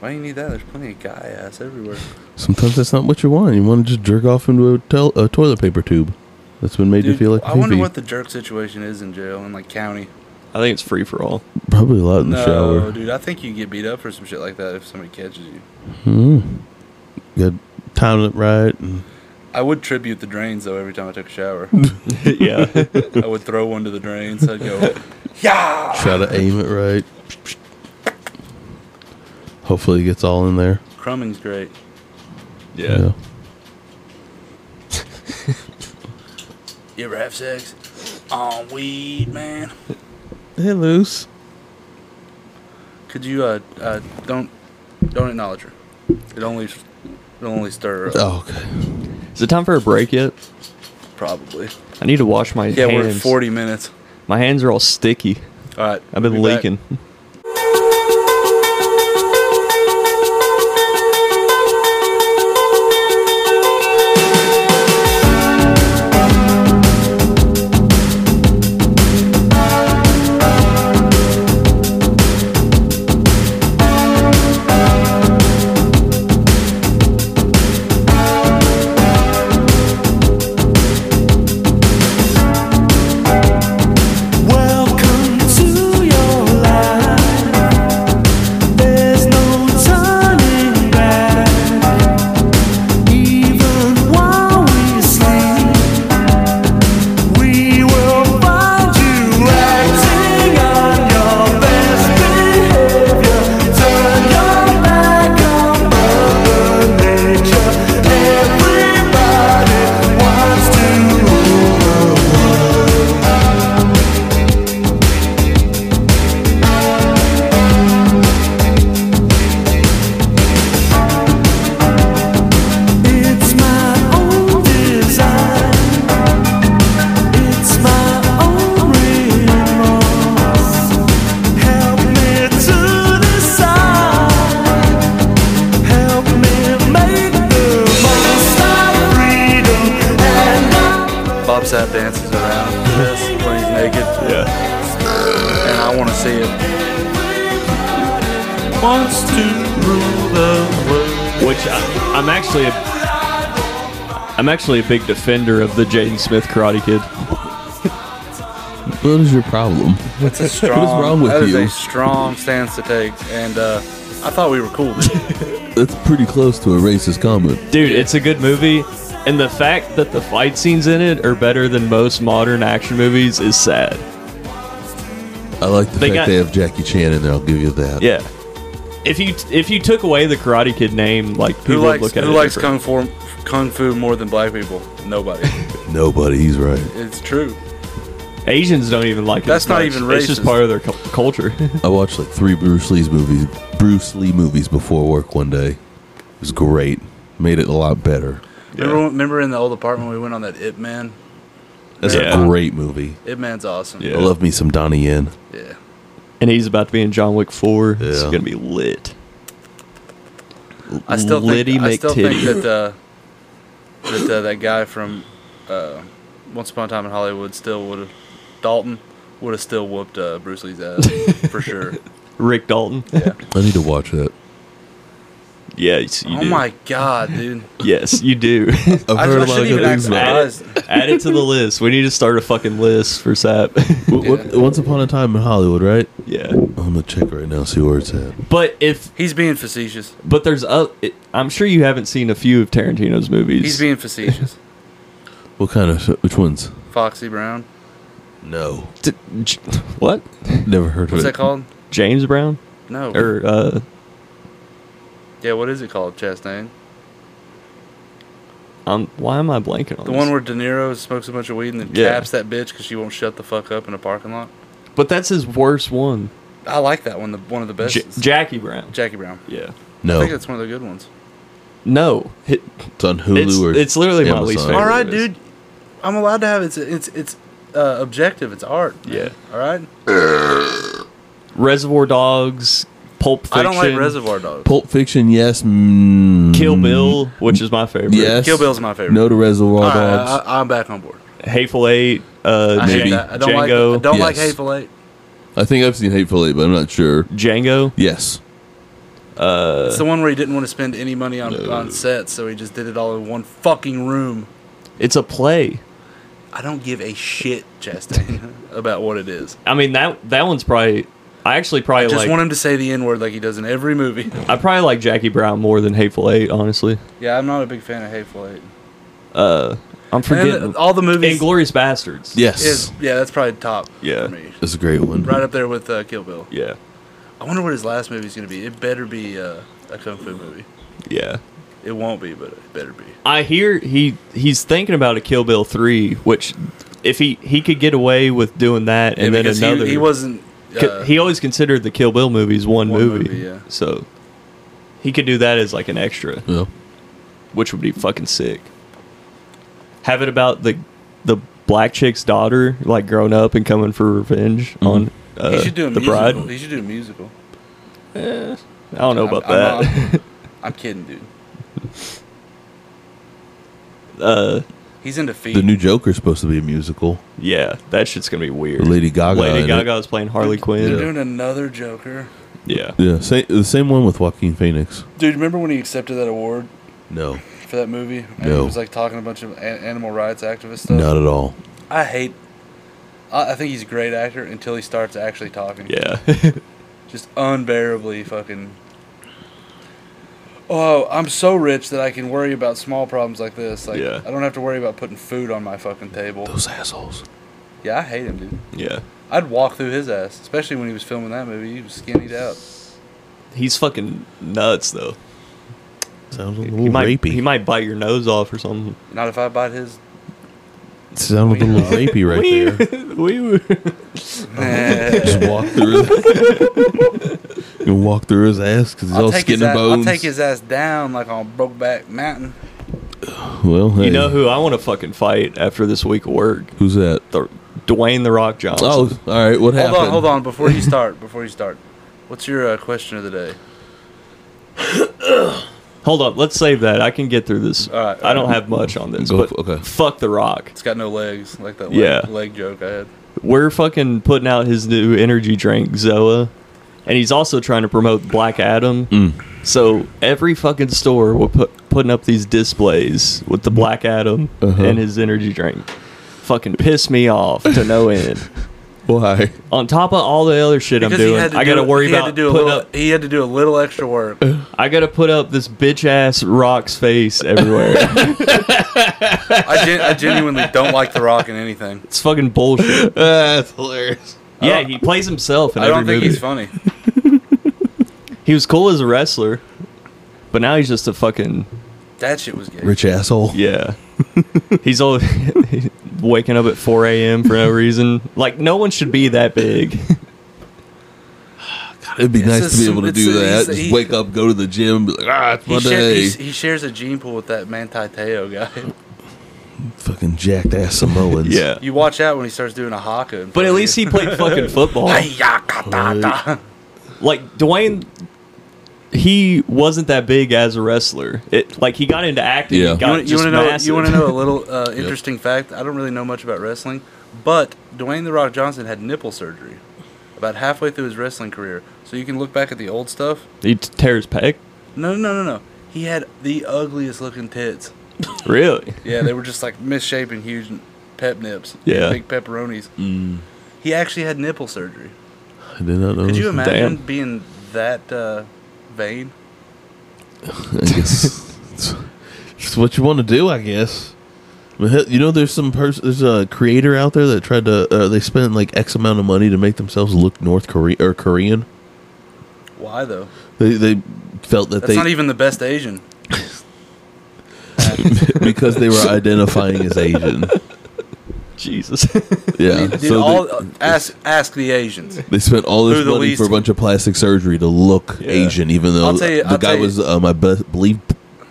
Speaker 1: Why do you need that? There's plenty of guy ass everywhere.
Speaker 2: Sometimes that's not what you want. You want to just jerk off into a, tel- a toilet paper tube. That's been made to
Speaker 1: Dude,
Speaker 2: feel like a
Speaker 1: I wonder
Speaker 2: fifi.
Speaker 1: what the jerk situation is in jail in like county.
Speaker 3: I think it's free for all.
Speaker 2: Probably a lot in the
Speaker 1: No,
Speaker 2: shower.
Speaker 1: dude, I think you get beat up for some shit like that if somebody catches you.
Speaker 2: Mm. Got time it right. And
Speaker 1: I would tribute the drains though every time I took a shower.
Speaker 3: yeah.
Speaker 1: I would throw one to the drains. I'd go, yeah.
Speaker 2: try to aim it right. Hopefully it gets all in there.
Speaker 1: Crumbing's great.
Speaker 3: Yeah.
Speaker 1: You ever have sex on weed, man?
Speaker 2: Hey, Luce.
Speaker 1: Could you uh, uh don't don't acknowledge her? It only it only stir her up,
Speaker 2: Oh, okay.
Speaker 3: Is it time for a break yet?
Speaker 2: Uh,
Speaker 1: probably.
Speaker 3: I need to wash my
Speaker 1: Yeah,
Speaker 3: hands.
Speaker 1: we're at 40 minutes.
Speaker 3: My hands are all sticky.
Speaker 1: All right.
Speaker 3: I've been
Speaker 1: be back.
Speaker 3: leaking.
Speaker 5: Welcome to your life. There's no turning back. Even while we sleep, we will find you acting on your best behavior. Turn your back on Mother Nature. Everybody wants to rule the world. It's my own design. It's my own remorse. Help me to decide. Help me make the most of freedom and
Speaker 1: Bob Sapp dances around this when he's naked,
Speaker 3: Yeah.
Speaker 1: and I want to see it.
Speaker 5: wants to rule the world.
Speaker 3: Which I, I'm actually a, I'm actually a big defender of the Jaden Smith Karate Kid.
Speaker 2: What is your problem?
Speaker 1: It's a strong.
Speaker 2: wrong with
Speaker 1: that is
Speaker 2: you?
Speaker 1: a strong stance to take, and uh, I thought we were cool.
Speaker 2: That's pretty close to a racist comment.
Speaker 3: Dude, it's a good movie, and the fact that the fight scenes in it are better than most modern action movies is sad.
Speaker 2: I like the
Speaker 3: They
Speaker 2: fact
Speaker 3: got-
Speaker 2: they have Jackie Chan in there. I'll give you that.
Speaker 3: Yeah. If you if you took away the Karate Kid name, like people
Speaker 1: Who
Speaker 3: would
Speaker 1: likes
Speaker 3: look at
Speaker 1: who
Speaker 3: it
Speaker 1: likes
Speaker 3: different.
Speaker 1: kung fu, kung fu more than black people? Nobody.
Speaker 2: Nobody, he's right.
Speaker 1: it's true.
Speaker 3: Asians don't even like it.
Speaker 1: That's
Speaker 3: as
Speaker 1: not
Speaker 3: much.
Speaker 1: even
Speaker 3: It's just
Speaker 1: racist.
Speaker 3: part of their cu- culture.
Speaker 2: I watched like three Bruce Lee's movies, Bruce Lee movies before work one day. It was great. Made it a lot better.
Speaker 1: Remember, remember in the old apartment we went on that Ip Man.
Speaker 2: That's
Speaker 3: Yeah.
Speaker 2: a great movie.
Speaker 1: Ip Man's awesome.
Speaker 3: Yeah.
Speaker 2: I love me some Donnie Yen.
Speaker 1: Yeah.
Speaker 3: and he's about to be in John Wick Four. It's
Speaker 2: Yeah.
Speaker 3: gonna be lit.
Speaker 1: I still
Speaker 3: Liddy
Speaker 1: think, I still
Speaker 3: McTitty.
Speaker 1: think that uh, that uh, that guy from uh, Once Upon a Time in Hollywood still would have Dalton would have still whooped uh, Bruce Lee's ass for sure.
Speaker 3: Rick Dalton.
Speaker 2: I need to watch that.
Speaker 3: yes, you
Speaker 1: oh
Speaker 3: do.
Speaker 1: my god, dude!
Speaker 3: Yes, you do.
Speaker 2: I've
Speaker 1: I, I shouldn't even act surprised.
Speaker 3: Add it to the list. We need to start a fucking list for SAP.
Speaker 1: Yeah.
Speaker 2: Once upon a time in Hollywood, right?
Speaker 3: yeah,
Speaker 2: I'm gonna check right now, see where it's at.
Speaker 3: but if
Speaker 1: He's being facetious.
Speaker 3: but there's i I'm sure you haven't seen a few of Tarantino's movies.
Speaker 1: He's being facetious.
Speaker 2: What kind of? Which ones?
Speaker 1: Foxy Brown.
Speaker 2: No,
Speaker 3: D- J- what?
Speaker 2: never heard
Speaker 1: What's
Speaker 2: of
Speaker 1: that
Speaker 2: it.
Speaker 1: called?
Speaker 3: James Brown
Speaker 1: No.
Speaker 3: or uh,
Speaker 1: yeah, what is it called? Chastain.
Speaker 3: um, why am I blanking on
Speaker 1: The
Speaker 3: this?
Speaker 1: one where De Niro smokes a bunch of weed and then
Speaker 3: Yeah.
Speaker 1: caps that bitch because she won't shut the fuck up in a parking lot.
Speaker 3: But that's his worst one.
Speaker 1: I like that one. The one of the best.
Speaker 3: J- Jackie Brown.
Speaker 1: Jackie Brown.
Speaker 3: yeah.
Speaker 1: I
Speaker 2: No,
Speaker 1: think that's one of the good ones.
Speaker 3: No. Hit-
Speaker 2: it's on Hulu
Speaker 3: It's-
Speaker 2: or
Speaker 3: it's literally my least
Speaker 2: Amazon.
Speaker 1: All right,
Speaker 3: it is.
Speaker 1: dude. I'm allowed to have it's it's it's uh, objective. It's art. man.
Speaker 3: Yeah.
Speaker 1: All right.
Speaker 3: Reservoir Dogs. Pulp Fiction.
Speaker 1: I don't like Reservoir Dogs.
Speaker 2: Pulp Fiction, yes. Mm,
Speaker 3: Kill Bill, which is my favorite.
Speaker 2: yes.
Speaker 1: Kill Bill's my favorite.
Speaker 2: No to Reservoir
Speaker 1: All right, uh,
Speaker 2: Dogs.
Speaker 1: I, I, am back on board.
Speaker 3: Hateful Eight. Uh,
Speaker 1: I
Speaker 2: Maybe.
Speaker 1: hate that. I don't like.
Speaker 3: Django.
Speaker 1: I don't like
Speaker 2: Yes.
Speaker 1: Hateful Eight.
Speaker 2: I think I've seen Hateful Eight, but I'm not sure.
Speaker 3: Django.
Speaker 2: Yes. Uh,
Speaker 1: It's the one where he didn't want to spend any money on on sets, so he just did it all in one fucking room.
Speaker 3: It's a play.
Speaker 1: I don't give a shit, Chastain, about what it is.
Speaker 3: I mean that that one's probably. I actually probably
Speaker 1: Just
Speaker 3: like.
Speaker 1: want him to say the N word like he does in every movie.
Speaker 3: I probably like Jackie Brown more than Hateful Eight. Honestly,
Speaker 1: Yeah, I'm not a big fan of Hateful Eight.
Speaker 3: I'm forgetting
Speaker 1: And all the movies.
Speaker 3: Inglorious Bastards.
Speaker 2: Yes.
Speaker 1: is, yeah, that's probably top
Speaker 3: Yeah.
Speaker 1: for me.
Speaker 2: That's a great one.
Speaker 1: Right up there with uh, Kill Bill.
Speaker 3: Yeah.
Speaker 1: I wonder what his last movie's gonna be. It better be uh, a kung fu movie.
Speaker 3: Yeah.
Speaker 1: It won't be, but it better be.
Speaker 3: I hear he he's thinking about a Kill Bill three, which if he he could get away with doing that and
Speaker 1: Yeah,
Speaker 3: then
Speaker 1: because he-
Speaker 3: another.
Speaker 1: He, wasn't.
Speaker 3: c-
Speaker 1: Uh,
Speaker 3: he always considered the Kill Bill movies one,
Speaker 1: One
Speaker 3: movie.
Speaker 1: movie, yeah.
Speaker 3: So he could do that as like an extra,
Speaker 2: Yeah.
Speaker 3: which would be fucking sick. Have it about the the black chick's daughter, like grown up and coming for revenge on uh,
Speaker 1: Mm-hmm. he should do a
Speaker 3: the
Speaker 1: musical.
Speaker 3: bride.
Speaker 1: He should do a musical.
Speaker 3: I don't know about
Speaker 1: I'm- I'm
Speaker 3: that.
Speaker 1: I'm kidding, dude.
Speaker 3: uh,
Speaker 1: He's into feet.
Speaker 2: The new Joker's supposed to be a musical.
Speaker 3: yeah, that shit's gonna be weird.
Speaker 2: Lady Gaga.
Speaker 3: Lady
Speaker 2: in it.
Speaker 3: Gaga's playing Harley
Speaker 1: They're
Speaker 3: Quinn.
Speaker 1: doing another Joker.
Speaker 3: Yeah.
Speaker 2: Yeah, sa the same one with Joaquin Phoenix.
Speaker 1: Dude, remember when he accepted that award
Speaker 2: No,
Speaker 1: for that movie? And
Speaker 2: No.
Speaker 1: He was like talking a bunch of a- animal rights activist stuff.
Speaker 2: not at all.
Speaker 1: I hate. I, I think he's a great actor until he starts actually talking.
Speaker 3: yeah,
Speaker 1: Just unbearably fucking. Oh, I'm so rich that I can worry about small problems like this. Like,
Speaker 3: Yeah.
Speaker 1: I don't have to worry about putting food on my fucking table.
Speaker 2: Those assholes.
Speaker 1: Yeah, I hate him, dude.
Speaker 3: yeah.
Speaker 1: I'd walk through his ass, especially when he was filming that movie. He was skinnied out.
Speaker 3: He's fucking nuts though.
Speaker 2: Sounds a
Speaker 3: He
Speaker 2: little
Speaker 3: might
Speaker 2: rapey.
Speaker 3: he might bite your nose off or something.
Speaker 1: Not if I bite his.
Speaker 2: Sounds a little rapey
Speaker 3: Wee-
Speaker 2: right there.
Speaker 3: wee-
Speaker 2: Just walk through. his- You walk through his ass because he's all
Speaker 1: I'll take,
Speaker 2: skin
Speaker 1: his
Speaker 2: and
Speaker 1: ass, I'll
Speaker 2: bones.
Speaker 1: take his ass down like on Brokeback Mountain.
Speaker 2: Well, hey,
Speaker 3: you know who I want to fucking fight after this week of work?
Speaker 2: who's that?
Speaker 3: The, Dwayne the Rock Johnson.
Speaker 2: Oh, all right. What happened?
Speaker 1: Hold on, hold on. Before you start, before you start, what's your uh, question of the day?
Speaker 3: Hold up, let's save that. I can get through this.
Speaker 1: All right,
Speaker 3: I don't have much on this,
Speaker 2: Go
Speaker 3: but
Speaker 2: f- okay.
Speaker 3: fuck the Rock.
Speaker 1: It's got no legs, like that leg,
Speaker 3: Yeah.
Speaker 1: leg joke I had.
Speaker 3: We're fucking putting out his new energy drink, Zoa, and he's also trying to promote Black Adam.
Speaker 2: Mm.
Speaker 3: So every fucking store we're put, putting up these displays with the Black Adam
Speaker 2: Uh-huh.
Speaker 3: and his energy drink. Fucking piss me off to no end.
Speaker 2: Why?
Speaker 3: On top of all the other shit I'm
Speaker 1: Because
Speaker 3: doing, I gotta
Speaker 1: do-
Speaker 3: worry
Speaker 1: he
Speaker 3: about
Speaker 1: had to do a
Speaker 3: putting
Speaker 1: little,
Speaker 3: up
Speaker 1: He had to do a little extra work.
Speaker 3: I gotta put up this bitch ass rock's face everywhere.
Speaker 1: I, gen- I genuinely don't like The Rock in anything.
Speaker 3: it's fucking bullshit.
Speaker 2: That's hilarious.
Speaker 3: Yeah, he plays himself in
Speaker 1: I don't
Speaker 3: every
Speaker 1: think
Speaker 3: movie.
Speaker 1: he's funny.
Speaker 3: he was cool as a wrestler, but now he's just a fucking
Speaker 1: That shit was gay.
Speaker 2: Rich asshole.
Speaker 3: yeah. he's all waking up at 4 a.m. for no reason. Like no one should be that big.
Speaker 2: It'd be
Speaker 1: It's
Speaker 2: nice
Speaker 1: just
Speaker 2: to be
Speaker 1: some-
Speaker 2: able to
Speaker 1: it's-
Speaker 2: do
Speaker 1: he's-
Speaker 2: that. Just
Speaker 1: he-
Speaker 2: wake up, go to the gym, be like, ah, it's my
Speaker 1: He, share,
Speaker 2: day.
Speaker 1: he, he shares a gene pool with that Manti Te'o guy.
Speaker 2: Fucking jacked ass Samoans.
Speaker 3: Yeah.
Speaker 1: You watch out when he starts doing a haka. in
Speaker 3: But
Speaker 1: front
Speaker 3: at
Speaker 1: of
Speaker 3: least
Speaker 1: you.
Speaker 3: he played fucking football.
Speaker 1: Hiya, ka, da, da.
Speaker 3: Like Dwayne he wasn't that big as a wrestler. It like he got into acting.
Speaker 2: Yeah.
Speaker 3: and
Speaker 2: You
Speaker 3: got
Speaker 1: You wanna- You
Speaker 3: just
Speaker 1: want to know?
Speaker 3: massive.
Speaker 1: You want to know a little uh, interesting fact? I don't really know much about wrestling, but Dwayne the Rock Johnson had nipple surgery about halfway through his wrestling career. So you can look back at the old stuff.
Speaker 3: he t- tears pec.
Speaker 1: No, no, no, no. He had the ugliest looking tits.
Speaker 3: Really?
Speaker 1: Yeah, they were just like misshapen, huge pep nips.
Speaker 3: Yeah.
Speaker 1: big pepperonis.
Speaker 2: Mm.
Speaker 1: He actually had nipple surgery.
Speaker 2: I did not know.
Speaker 1: Could you
Speaker 2: that.
Speaker 1: imagine
Speaker 3: Damn.
Speaker 1: being that uh, vain?
Speaker 2: I guess it's, it's what you want to do. I guess. I mean, hell, You know, there's some person, there's a creator out there that tried to. Uh, they spent like X amount of money to make themselves look North Korea or Korean.
Speaker 1: Why though?
Speaker 2: They they felt that
Speaker 1: That's
Speaker 2: they
Speaker 1: not even the best Asian.
Speaker 2: because they were identifying as Asian.
Speaker 3: Jesus.
Speaker 2: Yeah,
Speaker 1: Dude,
Speaker 2: so
Speaker 1: all,
Speaker 2: they,
Speaker 1: uh, ask ask the Asians.
Speaker 2: they spent all
Speaker 1: who
Speaker 2: this
Speaker 1: the
Speaker 2: money
Speaker 1: least-
Speaker 2: for a bunch of plastic surgery to look
Speaker 3: Yeah.
Speaker 2: Asian, even though
Speaker 1: I'll tell you-
Speaker 2: the
Speaker 1: I'll
Speaker 2: guy
Speaker 1: tell you-
Speaker 2: was um, I be- believe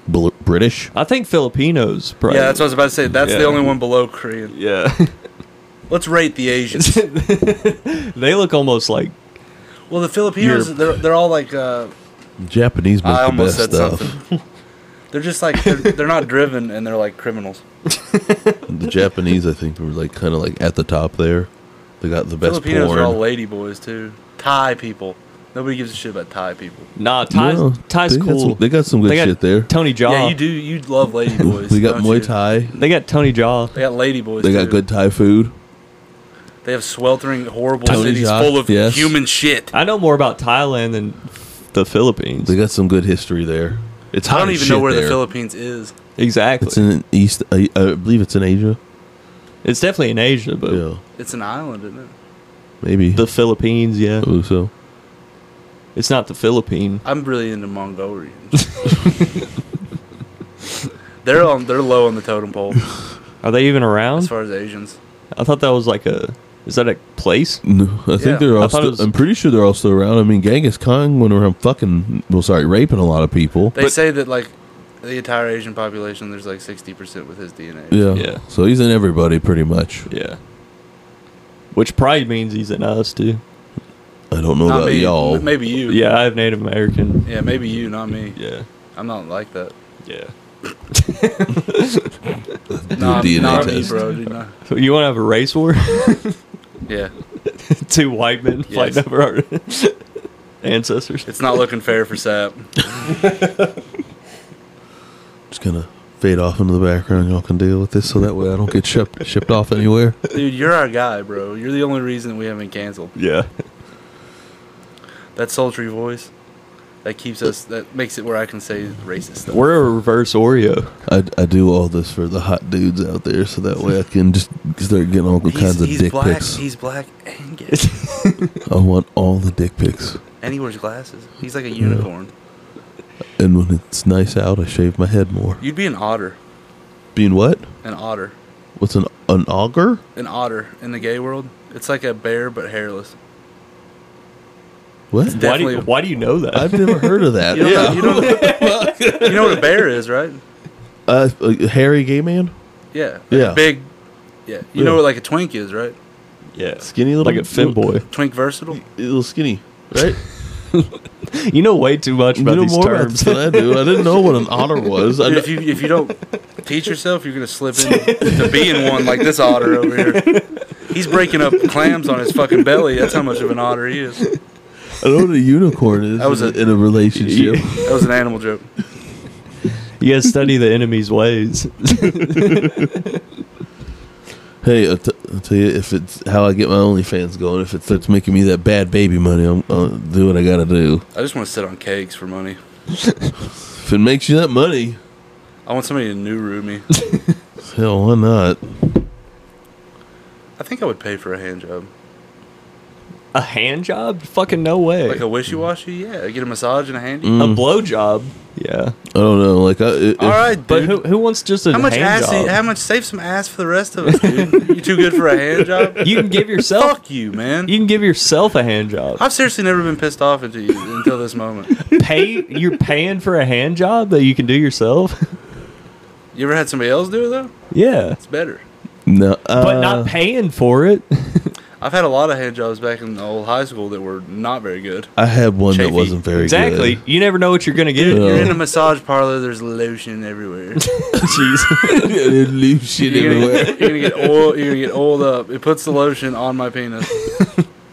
Speaker 2: bl- British.
Speaker 3: I think Filipinos, probably.
Speaker 1: Yeah, that's what I was about to say. That's the
Speaker 3: Yeah.
Speaker 1: only one below Korean.
Speaker 3: Yeah.
Speaker 1: Let's rate the Asians.
Speaker 3: they look almost like
Speaker 1: well, the Filipinos,
Speaker 3: Europe.
Speaker 1: they're, they're all like. Uh,
Speaker 2: Japanese make
Speaker 1: I
Speaker 2: the
Speaker 1: almost
Speaker 2: best
Speaker 1: said
Speaker 2: stuff.
Speaker 1: something. They're just like they're, they're not driven and they're like criminals.
Speaker 2: The Japanese, I think, were like kind of like at the top there. They got the best
Speaker 1: Filipinos
Speaker 2: porn.
Speaker 1: are all lady boys too. Thai people. Nobody gives a shit about Thai people.
Speaker 3: nah. Ty's,
Speaker 2: No,
Speaker 3: Ty's
Speaker 2: they got
Speaker 3: cool.
Speaker 2: some- they got some good shit there.
Speaker 3: Tony Jaw.
Speaker 1: Yeah, you do. You love lady boys.
Speaker 2: we got
Speaker 1: don't you?
Speaker 2: Muay Thai.
Speaker 3: They got Tony Jaw.
Speaker 1: They got lady boys.
Speaker 2: They got
Speaker 1: too.
Speaker 2: good Thai food.
Speaker 1: They have sweltering, horrible
Speaker 2: Tony
Speaker 1: cities
Speaker 2: Jaa,
Speaker 1: full of
Speaker 2: yes.
Speaker 1: human shit.
Speaker 3: I know more about Thailand than the Philippines.
Speaker 2: They got some good history there. It's
Speaker 1: I
Speaker 2: hot
Speaker 1: don't
Speaker 2: as
Speaker 1: even know
Speaker 2: shit
Speaker 1: where the
Speaker 2: there.
Speaker 1: Philippines is.
Speaker 3: exactly.
Speaker 2: It's
Speaker 3: It's,
Speaker 2: in East. I, I believe it's in Asia.
Speaker 3: definitely in Asia, but
Speaker 2: Yeah,
Speaker 1: It's an island, isn't it?
Speaker 2: maybe.
Speaker 3: the Philippines. Yeah,
Speaker 2: Oh, so
Speaker 3: it's not the Philippine.
Speaker 1: I'm really into Mongolians. they're on. They're low on the totem pole
Speaker 3: Are they even
Speaker 1: as
Speaker 3: around?
Speaker 1: far as Asians.
Speaker 3: I thought that was like a. Is that a place?
Speaker 2: no, I think
Speaker 1: Yeah.
Speaker 2: they're
Speaker 3: I
Speaker 2: all.
Speaker 3: thought
Speaker 2: Still,
Speaker 3: it was-
Speaker 2: I'm pretty sure they're all still around. I mean, Genghis Khan went around fucking. Well, sorry, raping a lot of people.
Speaker 1: They say that like the entire Asian population, there's like 60% with his DNA.
Speaker 2: Yeah.
Speaker 3: Yeah.
Speaker 2: So he's in everybody pretty much.
Speaker 3: Yeah. Which probably means he's in us too.
Speaker 2: I don't know
Speaker 1: Not
Speaker 2: about
Speaker 1: me.
Speaker 2: y'all.
Speaker 1: M- Maybe you.
Speaker 3: Yeah, I have Native American.
Speaker 1: Yeah, maybe you, not me.
Speaker 3: Yeah.
Speaker 1: I'm not like that.
Speaker 3: Yeah.
Speaker 1: Nah,
Speaker 2: DNA
Speaker 1: not me,
Speaker 2: test.
Speaker 1: bro. Dude, nah.
Speaker 3: So you want to have a race war?
Speaker 1: Yeah.
Speaker 3: Two white men
Speaker 1: Yes.
Speaker 3: fighting over our ancestors.
Speaker 1: It's not looking fair for Sap.
Speaker 2: Just gonna fade off into the background. Y'all can deal with this, so that way I don't get shipped shipped off anywhere.
Speaker 1: Dude, you're our guy, bro. You're the only reason we haven't canceled.
Speaker 3: Yeah.
Speaker 1: That sultry voice. That keeps us. That makes it where I can say racist stuff.
Speaker 3: We're a reverse Oreo.
Speaker 2: I, I do all this for the hot dudes out there, so that way I can just start getting all
Speaker 1: he's,
Speaker 2: kinds of
Speaker 1: he's
Speaker 2: dick
Speaker 1: black.
Speaker 2: pics.
Speaker 1: He's black and gay,
Speaker 2: I want all the dick pics.
Speaker 1: and he wears glasses. He's like a unicorn.
Speaker 2: And when it's nice out, I shave my head more.
Speaker 1: You'd be an otter.
Speaker 2: Being what?
Speaker 1: An otter.
Speaker 2: What's an an auger?
Speaker 1: An otter in the gay world. It's like a bear but hairless.
Speaker 2: What?
Speaker 1: Dead.
Speaker 3: Why do, you,
Speaker 1: Definitely.
Speaker 3: why do you know that?
Speaker 2: I've never heard of that.
Speaker 1: You don't, know,
Speaker 2: yeah,
Speaker 1: you, don't you know what a bear is, right?
Speaker 2: uh, a hairy gay man,
Speaker 1: Yeah. Like
Speaker 2: Yeah.
Speaker 1: A big. Yeah. You know
Speaker 2: Yeah.
Speaker 1: what like a twink is, right?
Speaker 3: yeah.
Speaker 2: skinny little
Speaker 3: Like a fin boy.
Speaker 1: Twink versatile.
Speaker 2: little skinny, right?
Speaker 3: You know way too much about
Speaker 2: you know
Speaker 3: these
Speaker 2: more
Speaker 3: terms.
Speaker 2: about this than I do. I didn't know what an otter was. I
Speaker 1: Dude,
Speaker 2: kn-
Speaker 1: if you if you don't teach yourself, you're gonna slip into being one like this otter over here. He's breaking up clams on his fucking belly. That's how much of an otter he is.
Speaker 2: I know what a unicorn is.
Speaker 1: That was
Speaker 2: in
Speaker 1: a-
Speaker 2: in a relationship.
Speaker 1: That was an animal joke.
Speaker 3: you gotta study the enemy's ways.
Speaker 2: Hey, I'll, t- I'll tell you if it's how I get my OnlyFans going. If it starts making me that bad baby money, I'm I'll do what I gotta do.
Speaker 1: I just want to sit on cakes for money.
Speaker 2: If it makes you that money,
Speaker 1: I want somebody to Nuru me.
Speaker 2: hell, why not?
Speaker 1: I think I would pay for a hand job.
Speaker 3: a hand job? Fucking no way.
Speaker 1: Like a wishy washy, yeah. Get a massage and a handy.
Speaker 3: a blow job? Yeah.
Speaker 2: I don't know. Like, I, i- if,
Speaker 1: All right, dude.
Speaker 3: But who, who wants just a
Speaker 1: how much
Speaker 3: hand
Speaker 1: ass?
Speaker 3: job?
Speaker 1: You, how much? Save some ass for the rest of us, dude. you too good for a hand job.
Speaker 3: you can give yourself
Speaker 1: Fuck you, man.
Speaker 3: you can give yourself a hand job.
Speaker 1: I've seriously never been pissed off into you until this moment.
Speaker 3: Pay you're paying for a hand job that you can do yourself?
Speaker 1: You ever had somebody else do it though?
Speaker 3: yeah.
Speaker 1: It's better.
Speaker 2: no, uh,
Speaker 3: But not paying for it.
Speaker 1: I've had a lot of hand jobs back in the old high school that were not very good.
Speaker 2: I had one that
Speaker 1: Chafee.
Speaker 2: wasn't very
Speaker 3: exactly.
Speaker 2: good.
Speaker 3: You never know what you're gonna get.
Speaker 2: Yeah.
Speaker 1: You're in a massage parlor. There's lotion everywhere.
Speaker 3: Jeez.
Speaker 2: Exactly. Leave shit
Speaker 1: You're gonna,
Speaker 2: everywhere.
Speaker 1: you're gonna get oil. You're gonna get oiled up. It puts the lotion on my penis.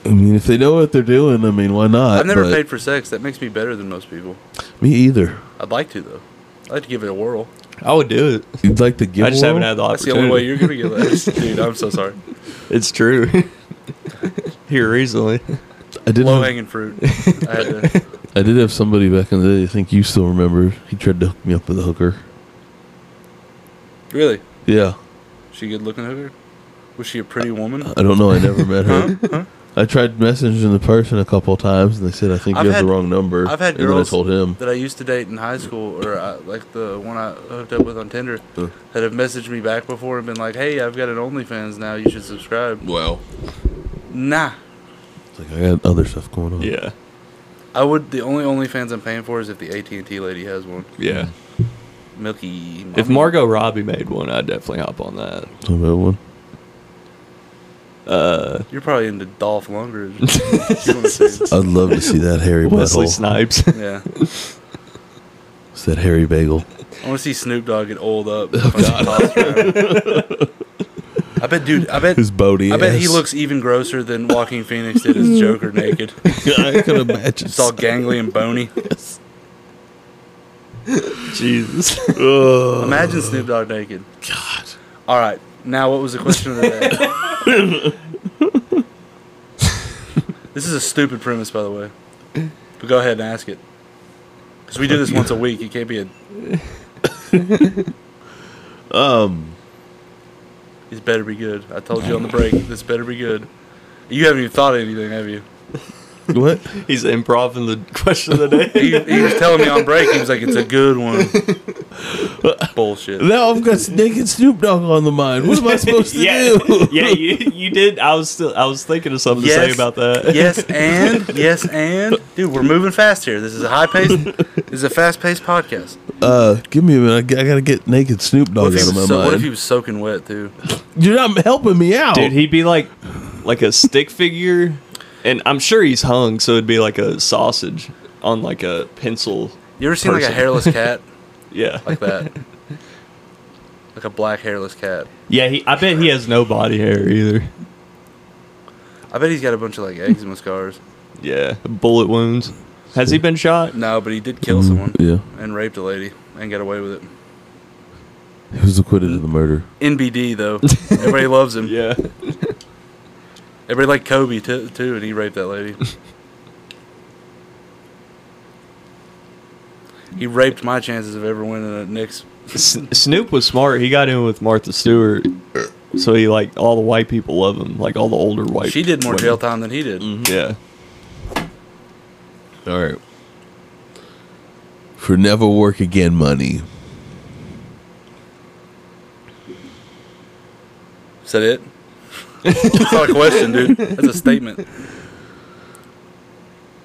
Speaker 2: I mean, if they know what they're doing, I mean, why not?
Speaker 1: I've never
Speaker 2: But
Speaker 1: paid for sex. That makes me better than most people.
Speaker 2: me either.
Speaker 1: I'd like to though. I'd like to give it a whirl.
Speaker 3: I would do it.
Speaker 2: You'd like to give?
Speaker 3: I just
Speaker 2: one?
Speaker 3: haven't had the
Speaker 1: That's
Speaker 3: opportunity.
Speaker 1: the only way you're gonna get that, dude. I'm so sorry.
Speaker 3: it's true. Here recently.
Speaker 2: I did.
Speaker 1: Low
Speaker 2: Have,
Speaker 1: hanging fruit. I had to,
Speaker 2: I did have somebody back in the day. I think you still remember. He tried to hook me up with a hooker.
Speaker 1: really.
Speaker 2: Yeah,
Speaker 1: She good looking hooker? Was she a pretty woman?
Speaker 2: I don't know. I never met her.
Speaker 1: Huh? Huh?
Speaker 2: I tried messaging the person a couple of times, and they said, "I think
Speaker 1: I've
Speaker 2: you have
Speaker 1: had-
Speaker 2: the wrong number."
Speaker 1: I've had
Speaker 2: and
Speaker 1: girls-
Speaker 2: Then I told him,
Speaker 1: That I used to date in high school, or uh like the one I hooked up with on Tinder,
Speaker 2: Uh.
Speaker 1: that have messaged me back before and been like, "Hey, I've got an OnlyFans now. You should subscribe."
Speaker 2: "Well,
Speaker 1: Nah,
Speaker 2: it's like I got other stuff going on."
Speaker 3: Yeah.
Speaker 1: I would. The only OnlyFans I'm paying for is if the AT and T lady has one.
Speaker 3: Yeah.
Speaker 1: Milky.
Speaker 3: If
Speaker 1: Mommy.
Speaker 3: Margot Robbie made one, I'd definitely hop on that.
Speaker 2: Talking about one.
Speaker 3: Uh,
Speaker 1: you're probably into Dolph Lundgren. You wanna see?
Speaker 2: I'd love to see that hairy
Speaker 3: Wesley
Speaker 2: butthole.
Speaker 3: Snipes.
Speaker 1: yeah,
Speaker 2: It's that hairy bagel.
Speaker 1: I want to see Snoop Dogg get old up.
Speaker 2: Oh,
Speaker 1: Fucking tossed around. I bet, dude. I bet.
Speaker 2: His Bodie.
Speaker 1: I bet he
Speaker 2: ass.
Speaker 1: looks even grosser than Walking Phoenix did as Joker naked.
Speaker 2: I can imagine.
Speaker 1: It's all gangly and bony.
Speaker 3: Jesus.
Speaker 1: Imagine Snoop Dogg naked. God. All right. Now, what was the question of the day? this is a stupid premise, by the way. But go ahead and ask it. Because we do this once a week. It can't be a.
Speaker 2: Um,
Speaker 1: This better be good. I told you on the break. This better be good. You haven't even thought of anything, have you?
Speaker 2: What?
Speaker 3: He's improv in the question of the day.
Speaker 1: He, he was telling me on break. He was like, "It's a good one." Bullshit.
Speaker 2: Now I've got naked Snoop Dogg on the mind. What am I supposed to
Speaker 3: yeah,
Speaker 2: do?
Speaker 3: yeah, you, you did. I was still I was thinking of something to say
Speaker 1: Yes.
Speaker 3: about that.
Speaker 1: Yes, and yes, and dude, we're moving fast here. This is a high paced. This is a fast paced podcast.
Speaker 2: Uh, give me a minute. I, gotta get naked Snoop
Speaker 1: What
Speaker 2: Dogg
Speaker 1: if,
Speaker 2: out
Speaker 1: he
Speaker 2: of my
Speaker 1: was so,
Speaker 2: mind.
Speaker 1: what if he was soaking wet too?
Speaker 2: You're not helping me out,
Speaker 3: Dude, he'd be like like a stick figure, and I'm sure he's hung, so it'd be like a sausage on like a pencil.
Speaker 1: You ever seen like a
Speaker 3: Person.
Speaker 1: hairless cat
Speaker 3: Yeah,
Speaker 1: like that? like a black hairless cat.
Speaker 3: yeah. He, I bet he has no body hair either.
Speaker 1: I bet he's got a bunch of like eczema scars.
Speaker 3: Yeah, bullet wounds. Has he been shot?
Speaker 1: No, but he did kill someone
Speaker 2: Mm, Yeah,
Speaker 1: and raped a lady and got away with it.
Speaker 2: he was acquitted of the murder.
Speaker 1: NBD though, everybody loves him.
Speaker 3: Yeah.
Speaker 1: Everybody liked Kobe too, too, and he raped that lady. he raped my chances of ever winning a Knicks.
Speaker 3: S- Snoop was smart. He got in with Martha Stewart, so he like all the white people love him, like all the older white.
Speaker 1: She did more
Speaker 3: women.
Speaker 1: jail time than he did.
Speaker 2: Mm.
Speaker 3: Yeah.
Speaker 2: All right. For never work again money.
Speaker 1: Is that it? That's not a question, dude. That's a statement.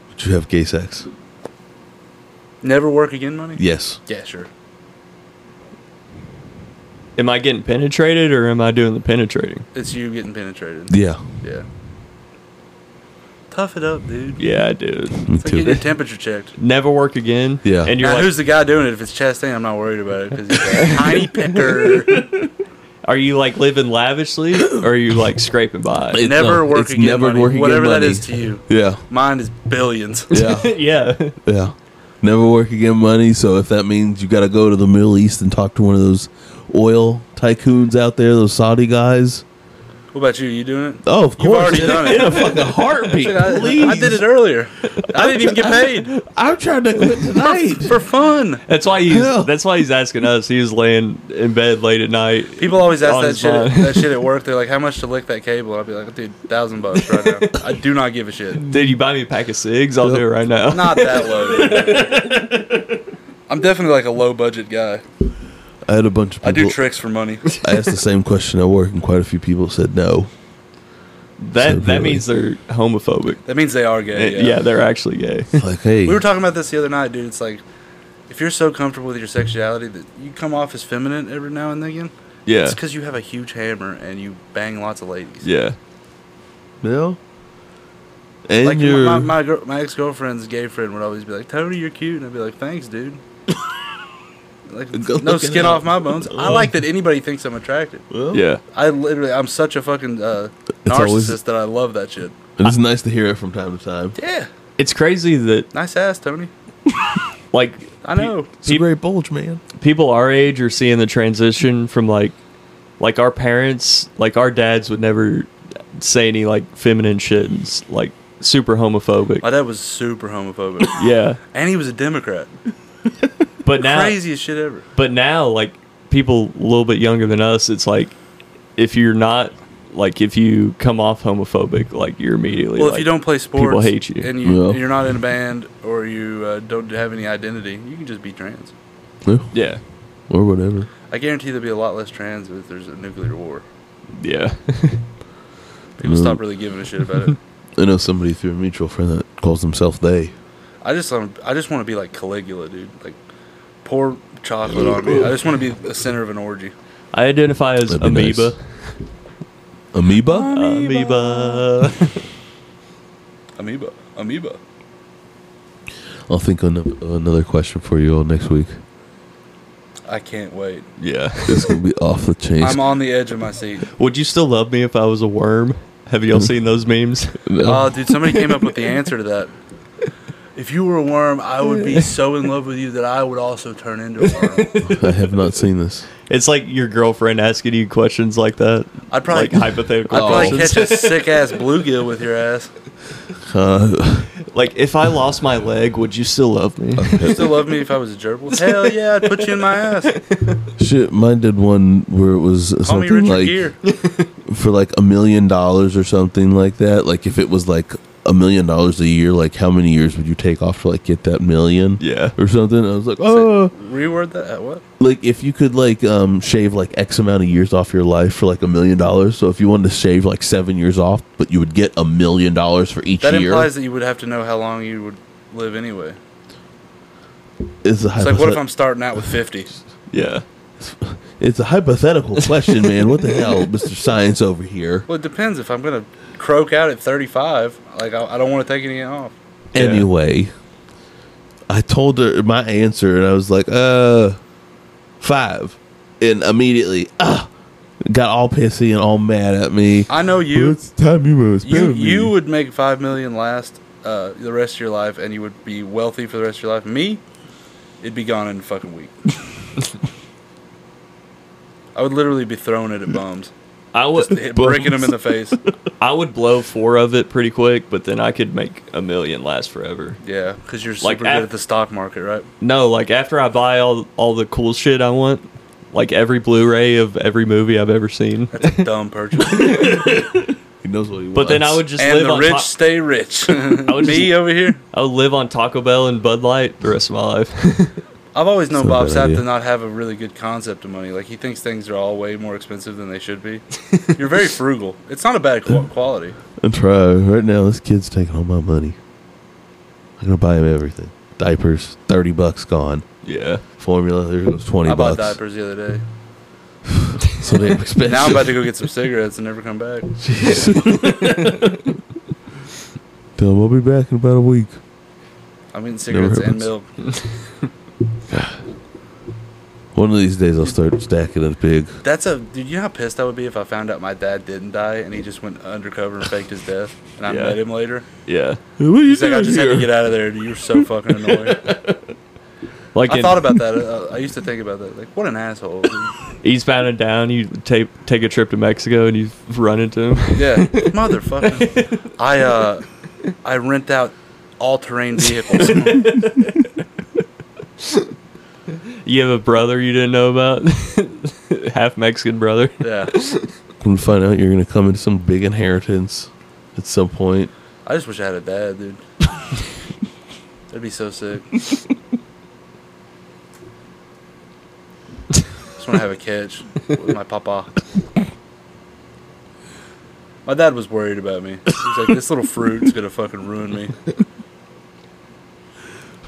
Speaker 2: Would you have gay sex?
Speaker 1: Never work again, money.
Speaker 2: Yes.
Speaker 1: Yeah, sure.
Speaker 3: Am I getting penetrated or am I doing the penetrating?
Speaker 1: It's you getting penetrated.
Speaker 2: Yeah.
Speaker 1: Yeah. Tough it up, dude.
Speaker 3: Yeah, dude.
Speaker 2: Me
Speaker 1: It's like getting
Speaker 2: too.
Speaker 1: your temperature checked.
Speaker 3: Never work again.
Speaker 2: Yeah.
Speaker 3: And you're
Speaker 1: Now,
Speaker 3: like,
Speaker 1: who's the guy doing it? If it's Chastain, I'm not worried about it because he's a tiny picker.
Speaker 3: are you like living lavishly or are you like scraping by?
Speaker 2: It-
Speaker 1: never
Speaker 2: no,
Speaker 1: work
Speaker 2: it's
Speaker 1: again,
Speaker 2: never
Speaker 1: money.
Speaker 2: work again
Speaker 1: Whatever that
Speaker 2: money.
Speaker 1: is to you.
Speaker 2: Yeah.
Speaker 1: Mine is billions.
Speaker 2: Yeah.
Speaker 3: yeah.
Speaker 2: Yeah. Never work again money. So if that means you got to go to the Middle East and talk to one of those oil tycoons out there, those Saudi guys.
Speaker 1: What about you? You doing it?
Speaker 2: Oh, of
Speaker 1: You've
Speaker 2: course.
Speaker 1: already done it.
Speaker 2: In a fucking heartbeat.
Speaker 1: I,
Speaker 2: Please.
Speaker 1: I did it earlier. I didn't even get paid
Speaker 2: I'm trying to quit tonight.
Speaker 1: for fun.
Speaker 3: That's why he's
Speaker 2: Yeah.
Speaker 3: that's why he's asking us. He was laying in bed late at night.
Speaker 1: People always ask
Speaker 3: On
Speaker 1: that
Speaker 3: his
Speaker 1: shit. At,
Speaker 3: mind.
Speaker 1: that shit at work. They're like, "How much to lick that cable?" I'll be like, "Dude, thousand bucks right now." I do not give a shit.
Speaker 3: Did you buy me a pack of cigs? I'll do it right now.
Speaker 1: Not that low. dude. I'm definitely like a low budget guy.
Speaker 2: I had a bunch of people.
Speaker 1: I do tricks for money.
Speaker 2: I asked the same question at work, and quite a few people said no.
Speaker 3: that
Speaker 2: So
Speaker 3: that
Speaker 2: really-
Speaker 3: means they're homophobic.
Speaker 1: That means they are gay.
Speaker 3: Yeah, they're actually gay.
Speaker 2: Like, hey,
Speaker 1: We were talking about this the other night, dude. It's like if you're so comfortable with your sexuality that you come off as feminine every now and then, again,
Speaker 3: Yeah.
Speaker 1: it's because you have a huge hammer and you bang lots of ladies.
Speaker 3: Yeah.
Speaker 2: Bill, and
Speaker 1: like
Speaker 2: you're
Speaker 1: my my, girl my ex girlfriend's gay friend would always be like, "Tony, you're cute," and I'd be like, "Thanks, dude." like
Speaker 2: Go
Speaker 1: no
Speaker 2: look it
Speaker 1: skin
Speaker 2: up.
Speaker 1: off my bones. I like that anybody thinks I'm attractive.
Speaker 2: Well,
Speaker 3: Yeah.
Speaker 1: I literally, I'm such a fucking uh,
Speaker 2: It's
Speaker 1: narcissist
Speaker 2: always-
Speaker 1: that I love that shit.
Speaker 2: and it's nice to hear it from time to time.
Speaker 1: Yeah,
Speaker 3: It's crazy that
Speaker 1: nice ass, Tony.
Speaker 3: like
Speaker 1: I know.
Speaker 2: It's a great bulge, man.
Speaker 3: people our age are seeing the transition from like like our parents like our dads would never say any like feminine shit and s- like super homophobic
Speaker 1: My dad was super homophobic,
Speaker 3: yeah
Speaker 1: and he was a Democrat.
Speaker 3: but now
Speaker 1: Craziest shit ever.
Speaker 3: but now like people a little bit younger than us it's like if you're not like if you come off homophobic like you're immediately
Speaker 1: Well, if
Speaker 3: like-
Speaker 1: you don't play sports,
Speaker 3: hate you.
Speaker 1: and you,
Speaker 2: Yeah.
Speaker 1: you're not in a band or you uh, don't have any identity, you can just be trans.
Speaker 2: Yeah,
Speaker 3: yeah
Speaker 2: Or whatever.
Speaker 1: I guarantee there'll be a lot less trans if there's a nuclear war.
Speaker 3: yeah
Speaker 1: People
Speaker 2: Mm.
Speaker 1: stop really giving a shit about it.
Speaker 2: I know somebody through a mutual friend that calls himself they.
Speaker 1: I just um, I just want to be like Caligula, dude. Like pour chocolate on me. I just want to be the center of an orgy.
Speaker 3: i identify as
Speaker 2: That'd be nice. Uh,
Speaker 3: amoeba
Speaker 2: Amoeba?
Speaker 3: amoeba
Speaker 1: Amoeba, amoeba.
Speaker 2: I'll think on another question for you all next week.
Speaker 1: I can't wait.
Speaker 3: yeah
Speaker 2: It's gonna be off the chain.
Speaker 1: I'm on the edge of my seat.
Speaker 3: would you still love me if i was a worm have y'all seen those memes
Speaker 2: No.
Speaker 1: Oh, dude, somebody came up with the answer to that. If you were a worm, I would be so in love with you that I would also turn into a worm.
Speaker 2: I have not seen this.
Speaker 3: It's like your girlfriend asking you questions like that,
Speaker 1: I'd probably
Speaker 3: like hypothetical
Speaker 1: I'd probably
Speaker 3: questions.
Speaker 1: catch a sick ass bluegill with your ass.
Speaker 2: Uh,
Speaker 3: like, if I lost my leg, would you still love me?
Speaker 1: You still love me if I was a gerbil? Hell yeah, I'd put you in my ass.
Speaker 2: shit, mine did one where it was
Speaker 1: Call me
Speaker 2: something
Speaker 1: Richard
Speaker 2: like
Speaker 1: Gere.
Speaker 2: for like a million dollars or something like that. Like if it was like a a million dollars a year, like how many years would you take off to like get that million?
Speaker 3: Yeah.
Speaker 2: Or something. I was like, oh,
Speaker 1: Reword that. uh, What?
Speaker 2: like if you could like um shave like X amount of years off your life for like a million dollars. So if you wanted to shave like seven years off, but you would get a million dollars for each
Speaker 1: That
Speaker 2: year.
Speaker 1: implies that you would have to know how long you would live anyway. It's
Speaker 2: it's a
Speaker 1: like, what if
Speaker 2: hypothet-
Speaker 1: I'm starting out with 50?
Speaker 3: Yeah.
Speaker 2: It's a hypothetical question, man. What the hell, Mister Science over here?
Speaker 1: Well, it depends. If I'm gonna croak out at 35, like I, I don't want to take any off.
Speaker 3: Yeah.
Speaker 2: Anyway, I told her my answer, and I was like, "Uh, five. and immediately, ah, got all pissy and all mad at me.
Speaker 1: I know you.
Speaker 2: time you was
Speaker 1: You you would make five million last uh, the rest of your life, and you would be wealthy for the rest of your life. Me, it'd be gone in a fucking week. I would literally be throwing it at bums,
Speaker 3: I would
Speaker 1: breaking them in the face.
Speaker 3: I would blow four of it pretty quick, but then I could make a million last forever.
Speaker 1: Yeah, because you're super
Speaker 3: Like
Speaker 1: good
Speaker 3: af-
Speaker 1: at the stock market, right?
Speaker 3: No, like after I buy all all the cool shit I want, like every Blu-ray of every movie I've ever seen.
Speaker 1: That's a dumb purchase.
Speaker 2: He knows what he
Speaker 3: But then I
Speaker 2: wants.
Speaker 3: would just
Speaker 1: and
Speaker 3: live
Speaker 1: the
Speaker 3: on
Speaker 1: rich
Speaker 3: Ta-
Speaker 1: stay rich.
Speaker 3: would
Speaker 1: Me
Speaker 3: just-
Speaker 1: over here.
Speaker 3: I would live on Taco Bell and Bud Light the rest of my life.
Speaker 1: I've always known
Speaker 2: It's not a
Speaker 1: Bob
Speaker 2: bad
Speaker 1: Sapp
Speaker 2: idea.
Speaker 1: to not have a really good concept of money. Like he thinks things are all way more expensive than they should be. You're very frugal. It's not a bad qu- quality.
Speaker 2: That's right. Right now, this kid's taking all my money. I'm gonna buy him everything: diapers, thirty bucks gone.
Speaker 3: yeah.
Speaker 2: Formula, there goes twenty
Speaker 1: I bought
Speaker 2: bucks.
Speaker 1: diapers the other day.
Speaker 2: So damn expensive.
Speaker 1: Now I'm about to go get some cigarettes and never come back.
Speaker 2: Tell him I'll be back in about a week.
Speaker 1: I'm eating cigarettes and
Speaker 2: happens.
Speaker 1: milk.
Speaker 2: One of these days, I'll start stacking it big.
Speaker 1: That's a dude. You know how pissed I would be if I found out my dad didn't die and he just went undercover and faked his death, and I
Speaker 3: Yeah.
Speaker 1: met him later.
Speaker 3: Yeah.
Speaker 2: what are you
Speaker 1: He's like, I just had to get out of there. Dude. You're so fucking annoying.
Speaker 3: Like
Speaker 1: I
Speaker 3: in
Speaker 1: thought about that. Uh, I used to think about that. Like, what an asshole. dude.
Speaker 3: Eastbound and Down, you take take a trip to Mexico and you run into him.
Speaker 1: Yeah, motherfucker. I uh, I rent out all-terrain vehicles.
Speaker 3: You have a brother you didn't know about, half Mexican brother.
Speaker 1: Yeah,
Speaker 2: When you find out you're gonna come into some big inheritance at some point,
Speaker 1: I just wish I had a dad, dude. That'd be so sick. just want to have a catch with my papa. My dad was worried about me. He's like, "This little fruit's gonna fucking ruin me."
Speaker 2: there's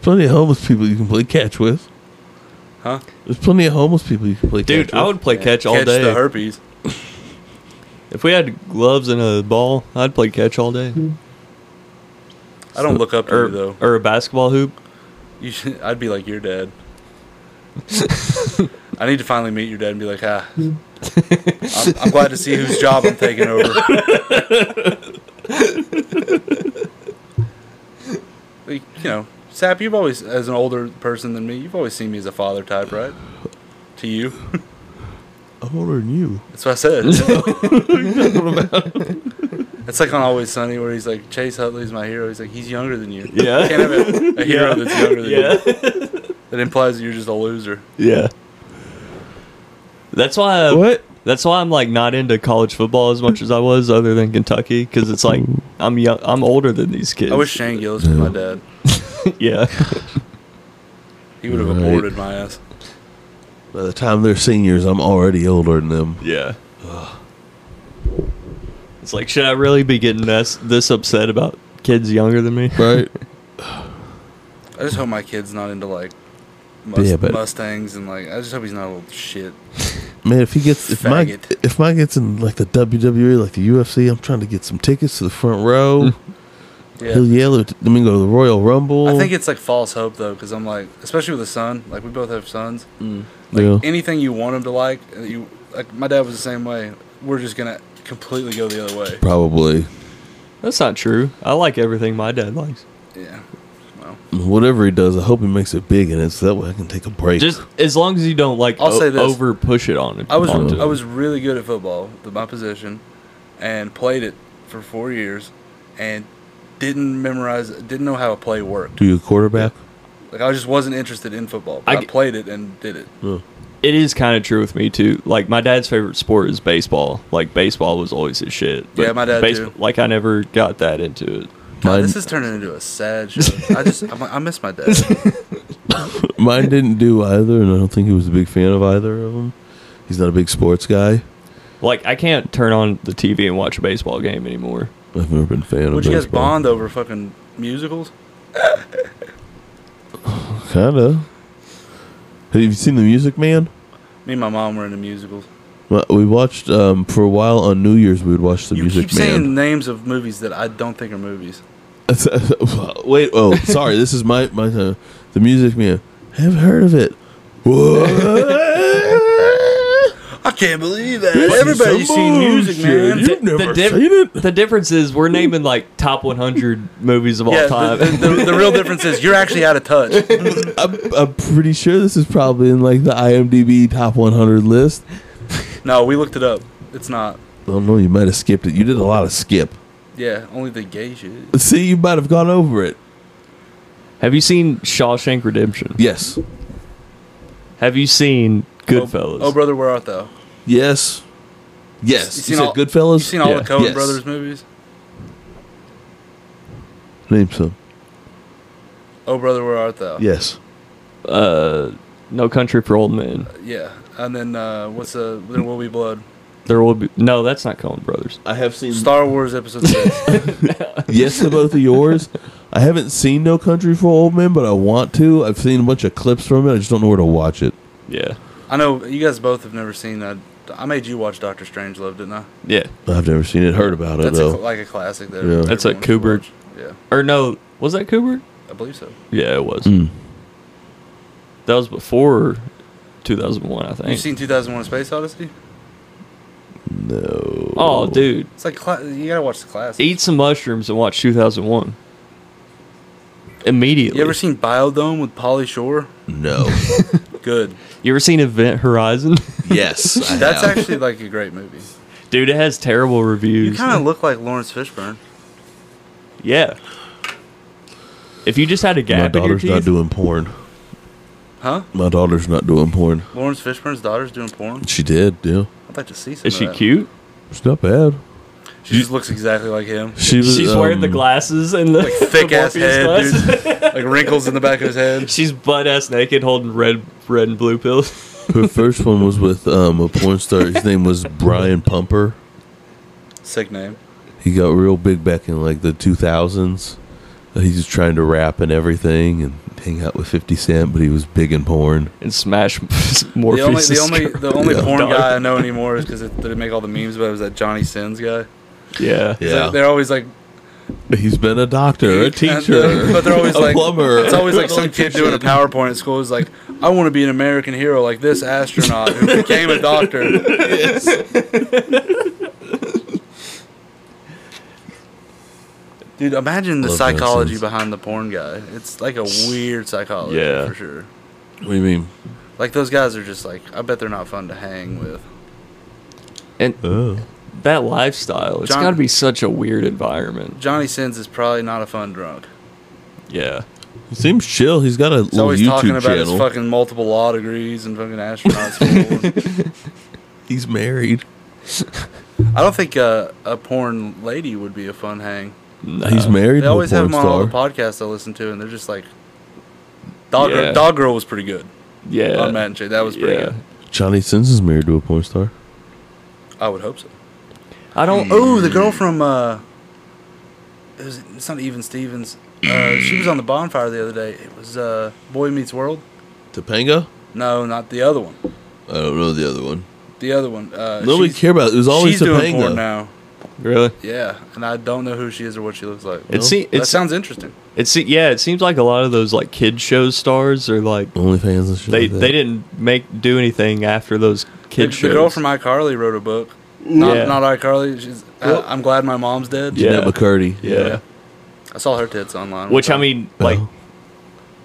Speaker 2: plenty of homeless people you can play catch with.
Speaker 1: Huh?
Speaker 2: There's plenty of homeless people you can play
Speaker 3: Dude,
Speaker 2: catch
Speaker 3: I
Speaker 2: with.
Speaker 3: would play catch all
Speaker 1: catch
Speaker 3: day.
Speaker 1: the herpes.
Speaker 3: If we had gloves and a ball, I'd play catch all day.
Speaker 1: I don't look up to you
Speaker 3: Or,
Speaker 1: though.
Speaker 3: or a basketball hoop.
Speaker 1: You should, I'd be like your dad. I need to finally meet your dad and be like, ah, I'm, I'm glad to see whose job I'm taking over. Like, you know, Sap, you've always, as an older person than me, you've always seen me as a father type, right? To you,
Speaker 2: I'm older than you.
Speaker 1: that's what I said. It's like on Always Sunny where he's like, Chase Hutley's my hero. He's like, he's younger than you.
Speaker 3: Yeah.
Speaker 1: Can't have a, a hero that's younger than you.
Speaker 3: Yeah.
Speaker 1: That implies that you're just a loser.
Speaker 3: Yeah. That's why I,
Speaker 2: What?
Speaker 3: that's why I'm like not into college football as much as I was other than Kentucky cuz it's like
Speaker 2: Mm.
Speaker 3: I'm young, I'm older than these kids.
Speaker 1: I wish Shane Gillis was my dad.
Speaker 3: yeah.
Speaker 1: He would have
Speaker 2: Right.
Speaker 1: aborted my ass.
Speaker 2: By the time they're seniors, I'm already older than them.
Speaker 3: Yeah. It's like should I really be getting this this upset about kids younger than me?
Speaker 2: Right?
Speaker 1: I just hope my kid's not into like must-
Speaker 2: Yeah, but-
Speaker 1: Mustangs and like. I just hope he's not a little shit.
Speaker 2: Man, if he gets if my
Speaker 1: Faggot.
Speaker 2: if my gets in like the WWE, like the UFC, I'm trying to get some tickets to the front row. He'll
Speaker 1: Yeah.
Speaker 2: yell at let me go to the Royal Rumble.
Speaker 1: I think it's like false hope though, because I'm like, especially with a son. Like we both have sons. Like
Speaker 2: Yeah.
Speaker 1: anything you want him to like, uh, you like. My dad was the same way. We're just gonna completely go the other way.
Speaker 2: probably
Speaker 3: That's not true. I like everything my dad likes.
Speaker 1: Yeah. Well,
Speaker 2: whatever he does. I hope he makes it big in it, so that way I can take a break.
Speaker 3: Just as long as you don't like
Speaker 1: I'll say this.
Speaker 3: over push it on.
Speaker 1: I was
Speaker 3: onto
Speaker 1: I was really good at football, the- my position, and played it for four years, and didn't memorize, didn't know how a play worked.
Speaker 2: Do you a quarterback?
Speaker 1: Like I just wasn't interested in football.
Speaker 3: I
Speaker 1: But I,
Speaker 3: g-
Speaker 1: played it and did it.
Speaker 3: it is kind of true with me too. Like my dad's favorite sport is baseball. Like baseball was always his shit.
Speaker 1: Yeah, my dad too.
Speaker 3: Like I never got that into it.
Speaker 1: God,
Speaker 2: Mine,
Speaker 1: this is turning into a sad show. I just, I'm, like, I miss my dad.
Speaker 2: mine didn't do either, and I don't think he was a big fan of either of them. He's not a big sports guy.
Speaker 3: Like I can't turn on the TV and watch a baseball game anymore.
Speaker 2: I've never been a fan
Speaker 1: Would you
Speaker 2: of
Speaker 1: guys
Speaker 2: baseball.
Speaker 1: bond over fucking musicals?
Speaker 2: Kind of. Have you seen The Music Man?
Speaker 1: Me and my mom were into musicals.
Speaker 2: Well, We watched um, for a while on New Year's. We would watch The
Speaker 1: you
Speaker 2: Music
Speaker 1: keep
Speaker 2: Man.
Speaker 1: saying names of movies that I don't think are movies.
Speaker 2: Wait, oh, sorry. This is my my uh, the Music Man. Have heard of it? What?
Speaker 1: I can't believe that.
Speaker 2: This is
Speaker 1: Everybody's
Speaker 2: some
Speaker 1: seen music,
Speaker 2: bullshit.
Speaker 1: man.
Speaker 2: You've never
Speaker 3: diff-
Speaker 2: seen it.
Speaker 3: the difference is we're naming like top 100 movies of all
Speaker 1: Yeah,
Speaker 3: time.
Speaker 1: the, the, the, the real difference is you're actually out of touch.
Speaker 2: I'm, I'm pretty sure this is probably in like the IMDb top 100 list.
Speaker 1: No, we looked it up. It's not.
Speaker 2: I don't know. You might have skipped it. You did a lot of skip.
Speaker 1: Yeah, only the gay shit.
Speaker 2: See, you might have gone over it.
Speaker 3: Have you seen Shawshank Redemption?
Speaker 2: Yes.
Speaker 3: Have you seen Goodfellas?
Speaker 1: Oh, brother, where art thou?
Speaker 2: Yes.
Speaker 1: You
Speaker 2: Yes.
Speaker 1: seen
Speaker 2: You, said
Speaker 1: all-
Speaker 2: Goodfellas.
Speaker 1: You seen all
Speaker 3: Yeah.
Speaker 1: the Coen
Speaker 2: Yes.
Speaker 1: Brothers movies?
Speaker 2: Name some.
Speaker 1: Oh, brother, where art thou?
Speaker 2: Yes.
Speaker 3: Uh, no Country for Old Men.
Speaker 1: Yeah. And then uh, what's uh, There Will Be Blood?
Speaker 3: There will be no. That's not Coen Brothers.
Speaker 2: I have seen.
Speaker 1: Star Wars Episode 6.
Speaker 2: yes to both of yours. I haven't seen No Country for Old Men, but I want to. I've seen a bunch of clips from it. I just don't know where to watch it.
Speaker 3: Yeah,
Speaker 1: I know you guys both have never seen that. I made you watch Doctor Strangelove, didn't I?
Speaker 3: yeah.
Speaker 2: I've never seen it. Heard about it
Speaker 1: That's a, cl-
Speaker 2: though.
Speaker 1: like a classic. That
Speaker 2: Yeah.
Speaker 1: everyone
Speaker 3: That's like
Speaker 1: should
Speaker 3: Kubrick.
Speaker 1: watch. Yeah,
Speaker 3: Or no, was that Kubrick?
Speaker 1: I believe so.
Speaker 3: Yeah, it was.
Speaker 2: Mm.
Speaker 3: That was before 2001, I think.
Speaker 1: You've seen 2001: A Space Odyssey?
Speaker 2: No.
Speaker 3: oh, dude,
Speaker 1: It's like cla- you gotta watch the classics.
Speaker 3: eat some mushrooms and watch 2001 immediately.
Speaker 1: You ever seen Biodome with Polly Shore?
Speaker 2: No.
Speaker 1: Good.
Speaker 3: You ever seen Event Horizon?
Speaker 2: yes. I
Speaker 1: That's
Speaker 2: have.
Speaker 1: actually like a great movie.
Speaker 3: dude, it has terrible reviews.
Speaker 1: You kind of look like Lawrence Fishburne.
Speaker 3: yeah. If you just had a
Speaker 2: My
Speaker 3: gap in your
Speaker 2: daughter's not
Speaker 3: teeth,
Speaker 2: doing porn.
Speaker 1: Huh?
Speaker 2: My daughter's not doing porn.
Speaker 1: Lawrence Fishburne's daughter's doing porn.
Speaker 2: She did. Yeah.
Speaker 1: I'd like to see some.
Speaker 3: is
Speaker 1: of
Speaker 3: she
Speaker 1: that.
Speaker 3: cute?
Speaker 2: It's not bad.
Speaker 1: She just looks exactly like him.
Speaker 2: She was,
Speaker 3: She's wearing the
Speaker 2: um,
Speaker 3: glasses and the
Speaker 1: Like thick
Speaker 3: the
Speaker 1: ass
Speaker 3: Morpheus
Speaker 1: head,
Speaker 3: glasses.
Speaker 1: dude. Like wrinkles in the back of his head.
Speaker 3: She's butt ass naked, holding red, red and blue pills.
Speaker 2: Her first one was with um, a porn star. His name was Brian Pumper.
Speaker 1: Sick name.
Speaker 2: He got real big back in like the 2000s. Uh, He's just trying to rap and everything and hang out with 50 Cent, but he was big in porn.
Speaker 3: and smash
Speaker 1: The only,
Speaker 3: Morpheus.
Speaker 1: the only, the only
Speaker 2: Yeah.
Speaker 1: porn
Speaker 3: Dog.
Speaker 1: guy I know anymore is because they make all the memes about it was that Johnny Sins guy.
Speaker 3: yeah.
Speaker 1: It's like- they're always like
Speaker 2: He's been a doctor, a
Speaker 1: And they're-
Speaker 2: teacher,
Speaker 1: but they're always
Speaker 2: a
Speaker 1: like,
Speaker 2: plumber.
Speaker 1: it's always like some
Speaker 2: electrician.
Speaker 1: kid doing a PowerPoint at school is like, I want to be an American hero like this astronaut who became a doctor. Dude, imagine the
Speaker 2: Love that
Speaker 1: psychology
Speaker 2: sense.
Speaker 1: behind the porn guy. It's like a weird psychology
Speaker 3: Yeah.
Speaker 1: for sure.
Speaker 2: What do you mean?
Speaker 1: Like those guys are just like, I bet they're not fun to hang with.
Speaker 3: And
Speaker 2: Oh.
Speaker 3: that lifestyle, it's
Speaker 1: John-
Speaker 3: got to be such a weird environment.
Speaker 1: Johnny Sins is probably not a fun drunk.
Speaker 3: Yeah.
Speaker 2: He seems chill. He's got a
Speaker 1: He's
Speaker 2: little
Speaker 1: always talking
Speaker 2: YouTube
Speaker 1: about his
Speaker 2: channel.
Speaker 1: fucking multiple law degrees and fucking astronaut school.
Speaker 2: He's married.
Speaker 1: I don't think uh, a porn lady would be a fun hang.
Speaker 2: He's married
Speaker 1: Uh, They
Speaker 2: to a
Speaker 1: always
Speaker 2: porn
Speaker 1: have them on all
Speaker 2: star.
Speaker 1: the podcasts I listen to, and they're just like, "Dog,
Speaker 3: Yeah.
Speaker 1: Girl, Dog Girl was pretty good
Speaker 3: Yeah.
Speaker 1: on Mad and Shade. That was pretty
Speaker 3: yeah.
Speaker 1: good.
Speaker 2: Johnny Sins is married to a porn star.
Speaker 1: I would hope so."
Speaker 3: I don't.
Speaker 1: Oh,
Speaker 2: Hmm.
Speaker 1: the girl from uh, it was, it's not even Stevens. Uh, she was on the bonfire the other day. It was uh, Boy Meets World.
Speaker 2: Topanga?
Speaker 1: No, not the other one.
Speaker 2: I don't know the other one.
Speaker 1: The other one. Uh,
Speaker 2: Nobody
Speaker 1: she's-
Speaker 2: care about it. It was always
Speaker 1: she's doing porn
Speaker 2: Topanga.
Speaker 1: now.
Speaker 3: Really?
Speaker 1: Yeah, and I don't know who she is or what she looks like.
Speaker 3: It, se-
Speaker 1: that
Speaker 3: it, se-
Speaker 1: sounds interesting.
Speaker 3: it se- yeah, it seems like a lot of those like kid show stars are like
Speaker 2: Only fans and shit.
Speaker 3: they,
Speaker 2: like that.
Speaker 3: they didn't make do anything after those
Speaker 1: The,
Speaker 3: kid
Speaker 1: the
Speaker 3: shows.
Speaker 1: girl from iCarly wrote a book. Not,
Speaker 3: Yeah.
Speaker 1: not iCarly. She's. uh,
Speaker 3: Well-
Speaker 1: I'm glad my mom's dead.
Speaker 3: Yeah.
Speaker 2: Jeanette McCurdy.
Speaker 3: yeah.
Speaker 1: I saw her tits online.
Speaker 3: Which I
Speaker 1: one time.
Speaker 3: mean, like,
Speaker 2: Oh.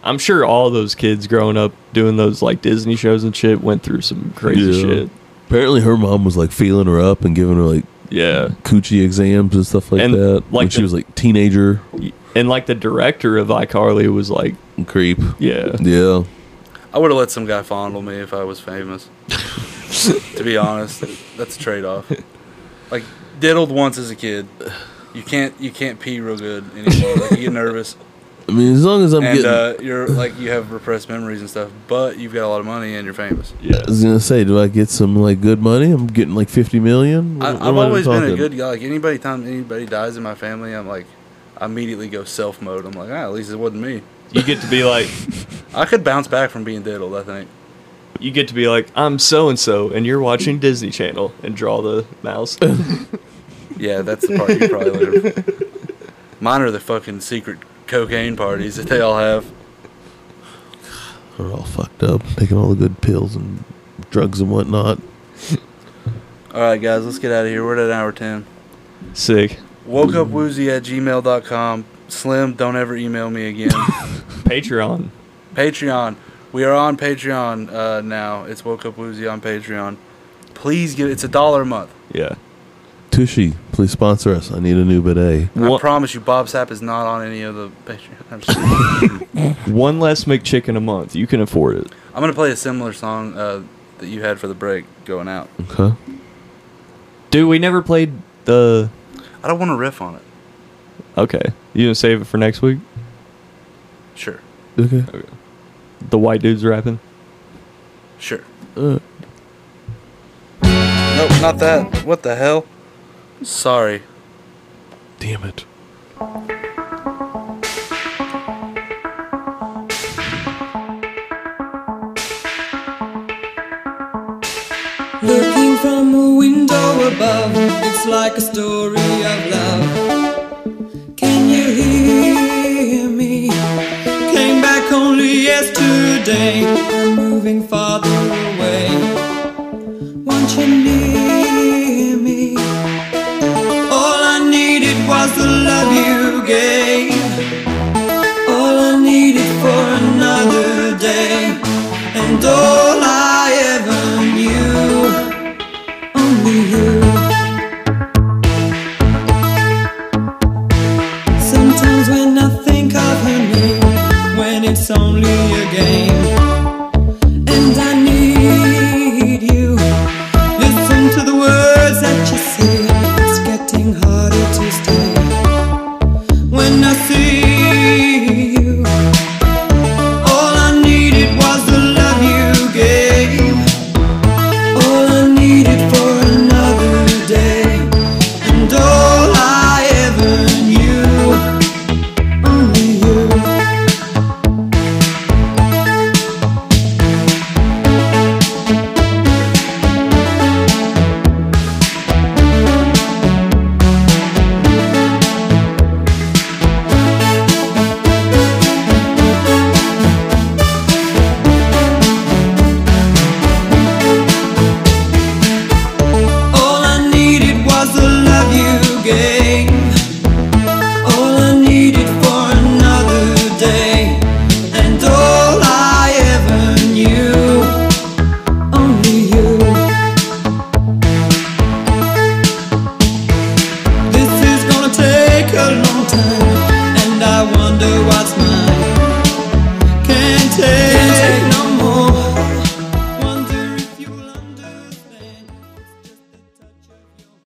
Speaker 3: I'm sure all those kids growing up doing those like Disney shows and shit went through some crazy
Speaker 2: Yeah.
Speaker 3: shit.
Speaker 2: Apparently, her mom was like feeling her up and giving her like
Speaker 3: Yeah.
Speaker 2: coochie exams and stuff like
Speaker 3: And,
Speaker 2: that when
Speaker 3: like,
Speaker 2: she
Speaker 3: the-
Speaker 2: was like teenager
Speaker 3: And like the director of iCarly was like,
Speaker 2: creep.
Speaker 3: yeah,
Speaker 2: Yeah,
Speaker 1: I would have let some guy fondle me if I was famous. to be honest, that's a trade off. Like diddled once as a kid, You can't you can't pee real good anymore. like, you get nervous,
Speaker 2: I mean, as long as I'm
Speaker 1: and
Speaker 2: getting,
Speaker 1: uh, you're like you have repressed memories and stuff. But you've got a lot of money and you're famous.
Speaker 3: Yeah.
Speaker 2: I was gonna say, do I get some like good money? I'm getting like fifty million.
Speaker 1: I,
Speaker 2: What-
Speaker 1: I've
Speaker 2: what am I
Speaker 1: always been a
Speaker 2: talking?
Speaker 1: good guy. Like anybody, time anybody dies in my family, I'm like, I immediately go self mode. I'm like, ah, at least it wasn't me.
Speaker 3: You get to be like,
Speaker 1: I could bounce back from being diddled. I think.
Speaker 3: you get to be like, I'm so and so, and you're watching Disney Channel, and draw the mouse.
Speaker 1: Yeah, that's the part you probably live. Mine are the fucking secret cocaine parties that they all have.
Speaker 2: We're all fucked up, taking all the good pills and drugs and whatnot.
Speaker 1: All right, guys, let's get out of here. We're at an hour 10.
Speaker 3: Sick.
Speaker 1: Woke up woozy at gmail.com. Slim, don't ever email me again.
Speaker 3: Patreon.
Speaker 1: Patreon. We are on Patreon uh, now. It's Woke Up Woozy on Patreon. Please give it's a dollar a month.
Speaker 3: Yeah.
Speaker 2: Tushy, please sponsor us. I need a new bidet.
Speaker 1: I
Speaker 3: One-
Speaker 1: promise you, Bob Sapp is not on any of the Patreon. I'm, just kidding.
Speaker 3: One less McChicken a month. You can afford it.
Speaker 1: I'm gonna play a similar song uh, that you had for the break going out.
Speaker 2: Okay.
Speaker 3: Dude, we never played the.
Speaker 1: I don't want to riff on it.
Speaker 3: Okay. You gonna save it for next week?
Speaker 1: Sure,
Speaker 2: Okay.
Speaker 3: The white dude's rapping?
Speaker 1: sure.
Speaker 2: Uh,
Speaker 1: Nope, not that. What the hell? Sorry.
Speaker 2: Damn it.
Speaker 6: Looking from a window above, it's like a story of love. Can you hear me? Came back only yesterday, I'm moving farther away. Won't you near me? All I needed was the love you gave. All I needed for another day, and all I ever knew only you. Sometimes when I think of her name, when it's only a game, and I need you. Listen to the words that you say.